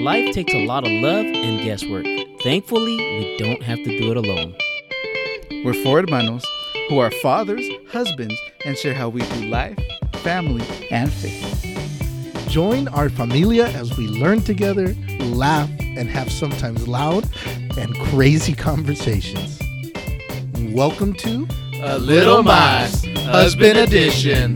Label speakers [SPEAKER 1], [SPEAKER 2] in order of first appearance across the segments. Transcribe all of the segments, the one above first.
[SPEAKER 1] Life takes a lot of love and guesswork. Thankfully, we don't have to do it alone.
[SPEAKER 2] We're four hermanos who are fathers, husbands, and share how we do life, family, and faith.
[SPEAKER 3] Join our familia as we learn together, laugh, and have sometimes loud and crazy conversations. Welcome to
[SPEAKER 2] A
[SPEAKER 3] Little Mas, Husband Edition.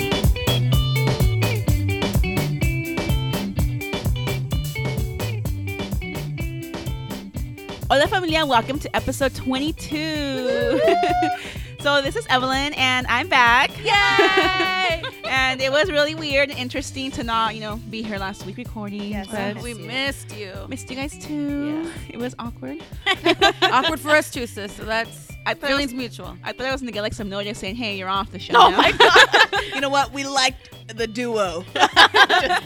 [SPEAKER 4] Hola familia, and welcome to episode 22. so this is Evelyn and I'm back. Yay! and it was really weird and interesting to not, you know, be here last week recording.
[SPEAKER 5] Yes,
[SPEAKER 4] but
[SPEAKER 5] we
[SPEAKER 4] we
[SPEAKER 5] missed you.
[SPEAKER 4] missed you guys too. It was awkward.
[SPEAKER 5] Awkward for us too, sis. So that's
[SPEAKER 4] I thought, I, was,
[SPEAKER 5] feelings mutual.
[SPEAKER 4] I thought I was gonna get like some notice saying, hey, you're off the show.
[SPEAKER 5] Oh
[SPEAKER 4] now."
[SPEAKER 5] my god!
[SPEAKER 6] You know what? We liked the duo. just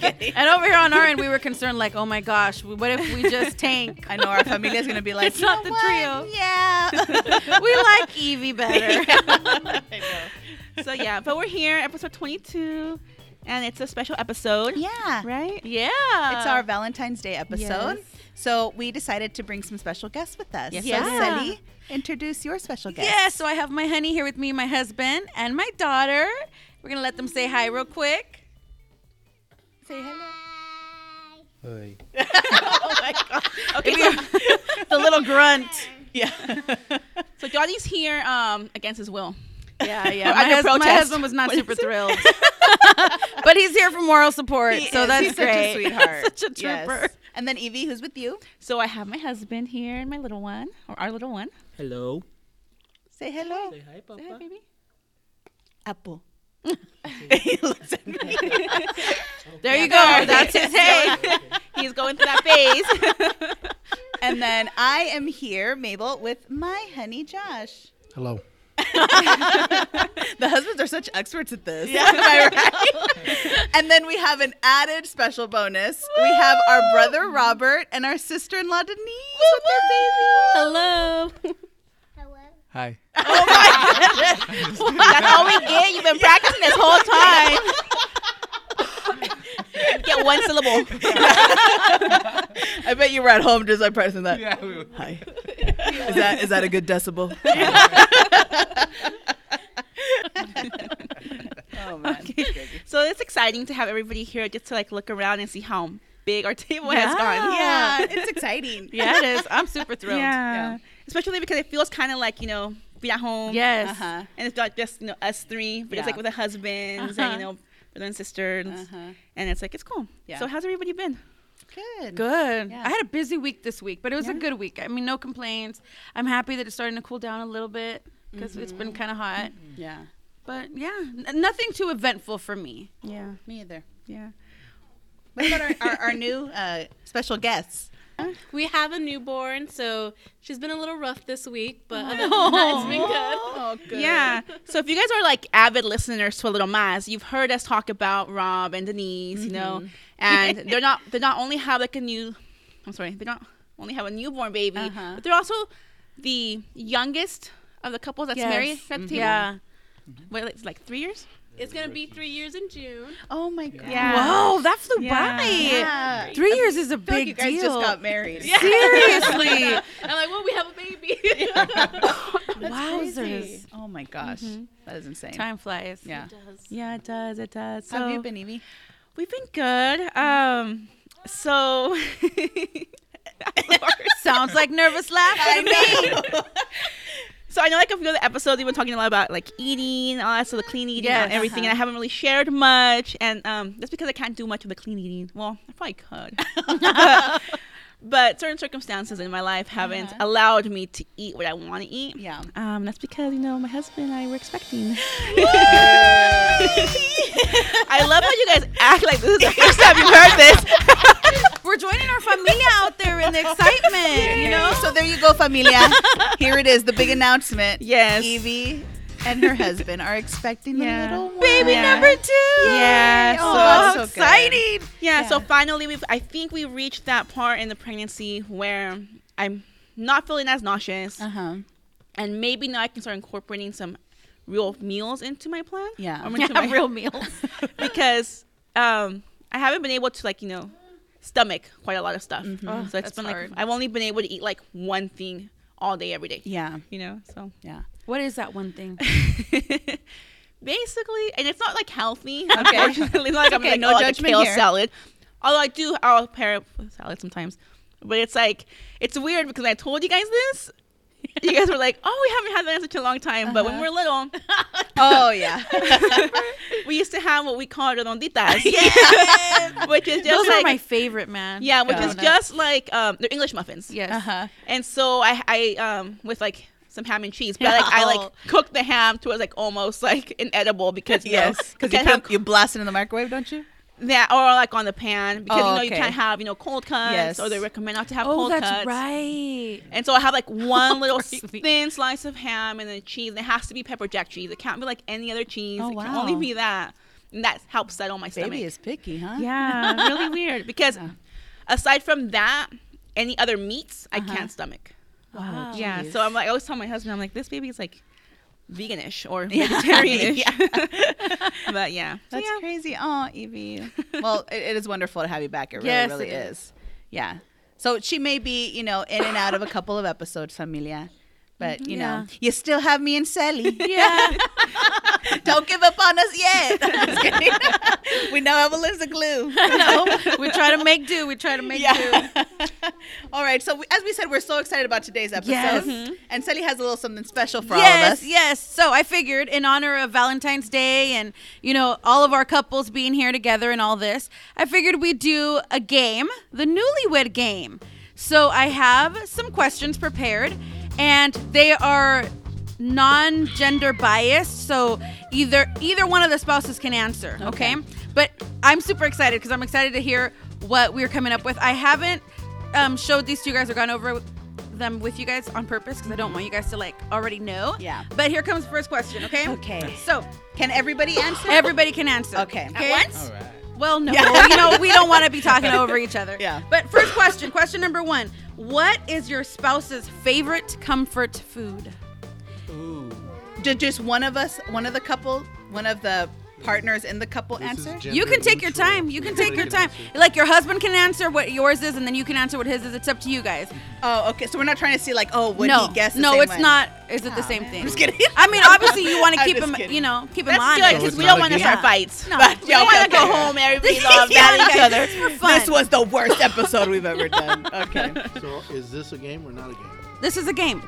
[SPEAKER 6] kidding.
[SPEAKER 5] And over here on our end, we were concerned, like, oh my gosh, what if we just tank?
[SPEAKER 6] I know our familia's gonna be like,
[SPEAKER 5] It's not
[SPEAKER 6] "You
[SPEAKER 5] the
[SPEAKER 6] know
[SPEAKER 5] trio."
[SPEAKER 6] what? Yeah.
[SPEAKER 5] We like Evie better.
[SPEAKER 6] I know.
[SPEAKER 4] so yeah, but we're here, episode 22, and it's a special episode.
[SPEAKER 6] Yeah.
[SPEAKER 4] Right?
[SPEAKER 5] yeah,
[SPEAKER 6] It's our Valentine's Day episode. So we decided to bring some special guests with us.
[SPEAKER 4] Yes,
[SPEAKER 6] so
[SPEAKER 5] yeah.
[SPEAKER 6] Sally, introduce your special guest.
[SPEAKER 5] Yeah, so I have my honey here with me, my husband, and my daughter. We're gonna let them say hi real quick. Say hello.
[SPEAKER 4] Okay. so,
[SPEAKER 5] The little grunt.
[SPEAKER 4] so Johnny's here um, against his will.
[SPEAKER 5] Yeah, yeah.
[SPEAKER 4] Under
[SPEAKER 5] My, hus- my
[SPEAKER 4] protest.
[SPEAKER 5] husband was not super thrilled, but he's here for moral support,
[SPEAKER 6] He
[SPEAKER 5] so
[SPEAKER 6] is.
[SPEAKER 5] that's
[SPEAKER 6] He's
[SPEAKER 5] great.
[SPEAKER 6] Such a sweetheart.
[SPEAKER 5] Such a
[SPEAKER 6] Yes.
[SPEAKER 5] trooper.
[SPEAKER 6] And then Evie, who's with you?
[SPEAKER 4] So I have my husband here and my little one, or our little one.
[SPEAKER 1] Hello.
[SPEAKER 6] Say hello.
[SPEAKER 1] Say hi,
[SPEAKER 4] Say hi,
[SPEAKER 1] Papa.
[SPEAKER 4] baby.
[SPEAKER 6] Apple. He looks at me.
[SPEAKER 5] There you go. Oh, That's his hey.
[SPEAKER 4] He's going through that phase.
[SPEAKER 6] and then I am here, Mabel, with my honey Josh.
[SPEAKER 3] Hello.
[SPEAKER 6] The husbands are such experts at this. Am I right? and then we have an added special bonus. We have our brother Robert and our sister in law Denise with their baby.
[SPEAKER 4] Hello.
[SPEAKER 2] Hi.
[SPEAKER 4] That's all we get. You've been practicing this whole time. Get one syllable.
[SPEAKER 6] I bet you were at home just like pressing that.
[SPEAKER 2] Yeah, we were.
[SPEAKER 6] Hi. Is that is that a good decibel? oh man.
[SPEAKER 4] So it's exciting to have everybody here just to like look around and see how big our table has
[SPEAKER 5] Yeah.
[SPEAKER 4] gone.
[SPEAKER 6] Yeah, Ah, it's exciting.
[SPEAKER 5] Yeah, it is. I'm super thrilled.
[SPEAKER 4] Yeah. Especially because it feels kind of like, you know, being at home.
[SPEAKER 5] Yes.
[SPEAKER 6] Uh-huh.
[SPEAKER 4] And it's not just, you know, us three, but it's
[SPEAKER 6] Yeah.
[SPEAKER 4] like with the husbands
[SPEAKER 5] Uh-huh.
[SPEAKER 4] and, you know, brother and sisters.
[SPEAKER 6] Uh-huh.
[SPEAKER 4] And it's like, it's cool.
[SPEAKER 6] Yeah.
[SPEAKER 4] So how's everybody been?
[SPEAKER 6] Good.
[SPEAKER 5] Good.
[SPEAKER 6] Yeah.
[SPEAKER 5] I had a busy week this week, but it was a good week. I mean, no complaints. I'm happy that it's starting to cool down a little bit because it's
[SPEAKER 6] Mm-hmm.
[SPEAKER 5] been kind of hot.
[SPEAKER 6] Yeah.
[SPEAKER 5] But yeah, n- nothing too eventful for me.
[SPEAKER 4] Yeah.
[SPEAKER 6] Me either.
[SPEAKER 4] Yeah.
[SPEAKER 6] What about our, our, our new uh, special guests?
[SPEAKER 7] We have a newborn, so she's been a little rough this week, but other than that, it's been good.
[SPEAKER 6] Oh, good.
[SPEAKER 4] Yeah. So if you guys are like avid listeners to a little mas, you've heard us talk about Rob and Denise, you know, and they're not they not only have like a new, I'm sorry, they don't only have a newborn baby,
[SPEAKER 6] Uh-huh.
[SPEAKER 4] but they're also the youngest of the couples that's
[SPEAKER 5] Yes.
[SPEAKER 4] married at the table.
[SPEAKER 5] Yeah.
[SPEAKER 4] What, it's like three years.
[SPEAKER 7] It's gonna be three years in June.
[SPEAKER 6] Oh my god.
[SPEAKER 5] Whoa, that flew
[SPEAKER 4] Yeah.
[SPEAKER 5] by.
[SPEAKER 6] Yeah.
[SPEAKER 5] Three years is a
[SPEAKER 6] I feel like
[SPEAKER 5] big
[SPEAKER 6] you guys
[SPEAKER 5] deal.
[SPEAKER 6] just got married.
[SPEAKER 5] Seriously.
[SPEAKER 7] I'm like, well, we have a baby.
[SPEAKER 5] Wowzers.
[SPEAKER 6] Oh my gosh. That is insane.
[SPEAKER 5] Time flies.
[SPEAKER 6] Yeah.
[SPEAKER 4] Yeah, it does. It does.
[SPEAKER 6] How have you been, Evie?
[SPEAKER 4] We've been good. Um, so.
[SPEAKER 5] Sounds like nervous laughter to me.
[SPEAKER 4] So I know, like, a few of the episodes, we've been talking a lot about like eating, all that, so the clean eating
[SPEAKER 5] Yes.
[SPEAKER 4] and everything,
[SPEAKER 6] Uh-huh.
[SPEAKER 4] and I haven't really shared much, and um, that's because I can't do much of the clean eating. Well, I probably could, but certain circumstances in my life haven't allowed me to eat what I want to eat.
[SPEAKER 6] Uh-huh. Yeah.
[SPEAKER 4] Um, that's because you know my husband and I were expecting. I love how you guys act like this is the first time you've heard this.
[SPEAKER 5] We're joining our familia out there in the excitement, you know?
[SPEAKER 6] So there you go, familia. Here it is, the big announcement.
[SPEAKER 4] Yes.
[SPEAKER 6] Evie and her husband are expecting a
[SPEAKER 4] Yeah.
[SPEAKER 6] little one.
[SPEAKER 5] Baby
[SPEAKER 4] Yeah.
[SPEAKER 5] number two.
[SPEAKER 4] Yeah.
[SPEAKER 6] Oh,
[SPEAKER 4] so-
[SPEAKER 6] that's so
[SPEAKER 5] exciting.
[SPEAKER 4] yeah, so finally we've i think we reached that part in the pregnancy where i'm not feeling as nauseous
[SPEAKER 6] Uh huh.
[SPEAKER 4] and maybe now i can start incorporating some real meals into my plan
[SPEAKER 6] Yeah.
[SPEAKER 4] or into
[SPEAKER 5] Yeah,
[SPEAKER 4] my-
[SPEAKER 5] real meals.
[SPEAKER 4] because um i haven't been able to like you know stomach quite a lot of stuff.
[SPEAKER 5] Oh,
[SPEAKER 4] so it's
[SPEAKER 5] that's
[SPEAKER 4] been like
[SPEAKER 5] hard.
[SPEAKER 4] I've only been able to eat like one thing all day every day.
[SPEAKER 6] Yeah.
[SPEAKER 4] You know, so
[SPEAKER 6] Yeah.
[SPEAKER 5] What is that one thing?
[SPEAKER 4] basically, and it's not like healthy. Unfortunately, it's not like I'm
[SPEAKER 6] Okay,
[SPEAKER 4] like
[SPEAKER 6] no
[SPEAKER 4] no oh, like a
[SPEAKER 6] judgment
[SPEAKER 4] kale
[SPEAKER 6] here.
[SPEAKER 4] salad. Although I do, I'll pair it with salad sometimes. But it's like it's weird because I told you guys this. You guys were like, "Oh, we haven't had that in such a long time." But when we were
[SPEAKER 6] Uh-huh.
[SPEAKER 4] little,
[SPEAKER 6] Oh yeah.
[SPEAKER 4] we used to have what we called redonditas, which is just
[SPEAKER 5] Those are
[SPEAKER 4] like
[SPEAKER 5] my favorite, man.
[SPEAKER 4] yeah, which is
[SPEAKER 5] Donuts.
[SPEAKER 4] just like um, they're English muffins.
[SPEAKER 5] yes.
[SPEAKER 6] Uh-huh.
[SPEAKER 4] And so I, I um, with like some ham and cheese, but I, like, I like cooked the ham to it was like almost like inedible because you know,
[SPEAKER 6] Yes,
[SPEAKER 4] you
[SPEAKER 6] because you,
[SPEAKER 4] can't
[SPEAKER 6] put-
[SPEAKER 4] have
[SPEAKER 6] you blast it in the microwave, don't you?
[SPEAKER 4] that or like on the pan because
[SPEAKER 6] Oh,
[SPEAKER 4] you know you
[SPEAKER 6] okay.
[SPEAKER 4] can't have you know cold cuts
[SPEAKER 6] Yes.
[SPEAKER 4] or they recommend not to have
[SPEAKER 5] Oh,
[SPEAKER 4] cold
[SPEAKER 5] that's
[SPEAKER 4] cuts.
[SPEAKER 5] right.
[SPEAKER 4] And so I have like
[SPEAKER 6] Oh,
[SPEAKER 4] one little s-
[SPEAKER 5] Crazy.
[SPEAKER 4] thin slice of ham and then cheese. And it has to be pepper jack cheese. It can't be like any other cheese.
[SPEAKER 6] Oh,
[SPEAKER 4] it can only
[SPEAKER 6] wow.
[SPEAKER 4] be that. And that helps settle my stomach.
[SPEAKER 6] Baby is picky, huh?
[SPEAKER 4] Yeah, really weird. Because aside from that, any other meats I
[SPEAKER 6] Uh-huh.
[SPEAKER 4] can't stomach.
[SPEAKER 6] Oh,
[SPEAKER 5] Wow.
[SPEAKER 4] Yeah, so I'm like, I always tell my husband, I'm like, this baby is like veganish or vegetarianish. but yeah, So,
[SPEAKER 6] That's
[SPEAKER 4] yeah.
[SPEAKER 6] crazy. Oh, Evie. well, it, it is wonderful to have you back. It really,
[SPEAKER 5] Yes,
[SPEAKER 6] really
[SPEAKER 5] it is.
[SPEAKER 6] is. Yeah. So she may be, you know, in and out of a couple of episodes, familia. But you know, you still have me and Sally.
[SPEAKER 5] Yeah.
[SPEAKER 6] Don't give up on us yet. Just kidding. we know Evelyn's a glue.
[SPEAKER 5] no, we try to make do. We try to make do.
[SPEAKER 6] all right. So we, as we said, we're so excited about today's episode,
[SPEAKER 5] Yes.
[SPEAKER 6] and Sally has a little something special for all of
[SPEAKER 5] yes,
[SPEAKER 6] us.
[SPEAKER 5] yes. So I figured in honor of Valentine's Day and, you know, all of our couples being here together and all this, I figured we'd do a game, the newlywed game. So I have some questions prepared and they are non-gender biased so either either one of the spouses can answer okay, but i'm super excited because i'm excited to hear what we're coming up with i haven't um, showed these two guys or gone over them with you guys on purpose because i don't want you guys to like already know
[SPEAKER 6] Yeah.
[SPEAKER 5] but here comes the first question okay
[SPEAKER 6] Okay.
[SPEAKER 5] so
[SPEAKER 6] Can everybody answer?
[SPEAKER 5] everybody can answer
[SPEAKER 6] Okay. At
[SPEAKER 5] once
[SPEAKER 2] right.
[SPEAKER 5] well no you know we don't want to be talking over each other
[SPEAKER 6] Yeah.
[SPEAKER 5] but first question question number one what is your spouse's favorite comfort food
[SPEAKER 6] Ju- just one of us, one of the couple, one of the partners in the couple answer?
[SPEAKER 5] You can take your time. You can take your time. Like your husband can answer what yours is, and then you can answer what his is. It's up to you guys.
[SPEAKER 6] Oh, okay. So we're not trying to see like, oh, would
[SPEAKER 5] no,
[SPEAKER 6] he guess? The
[SPEAKER 5] no,
[SPEAKER 6] same
[SPEAKER 5] it's
[SPEAKER 6] way?
[SPEAKER 5] not. Is it the same thing?
[SPEAKER 6] Just kidding.
[SPEAKER 5] I mean, obviously, you want to
[SPEAKER 6] I'm
[SPEAKER 5] keep
[SPEAKER 6] just
[SPEAKER 5] him.
[SPEAKER 6] kidding.
[SPEAKER 5] You know, keep him
[SPEAKER 4] that's good
[SPEAKER 5] honest.
[SPEAKER 4] because
[SPEAKER 2] So
[SPEAKER 4] we
[SPEAKER 2] it's not
[SPEAKER 4] don't want
[SPEAKER 2] a
[SPEAKER 4] to start
[SPEAKER 5] game.
[SPEAKER 4] fights.
[SPEAKER 5] No.
[SPEAKER 4] But we
[SPEAKER 5] Yeah,
[SPEAKER 4] don't
[SPEAKER 6] okay,
[SPEAKER 4] want to
[SPEAKER 6] okay.
[SPEAKER 4] go home. Everybody's all
[SPEAKER 5] Yeah,
[SPEAKER 4] mad at each other.
[SPEAKER 5] it's for fun.
[SPEAKER 6] This was the worst episode we've ever done. Okay.
[SPEAKER 3] So is this a game or not a game?
[SPEAKER 5] This is a game,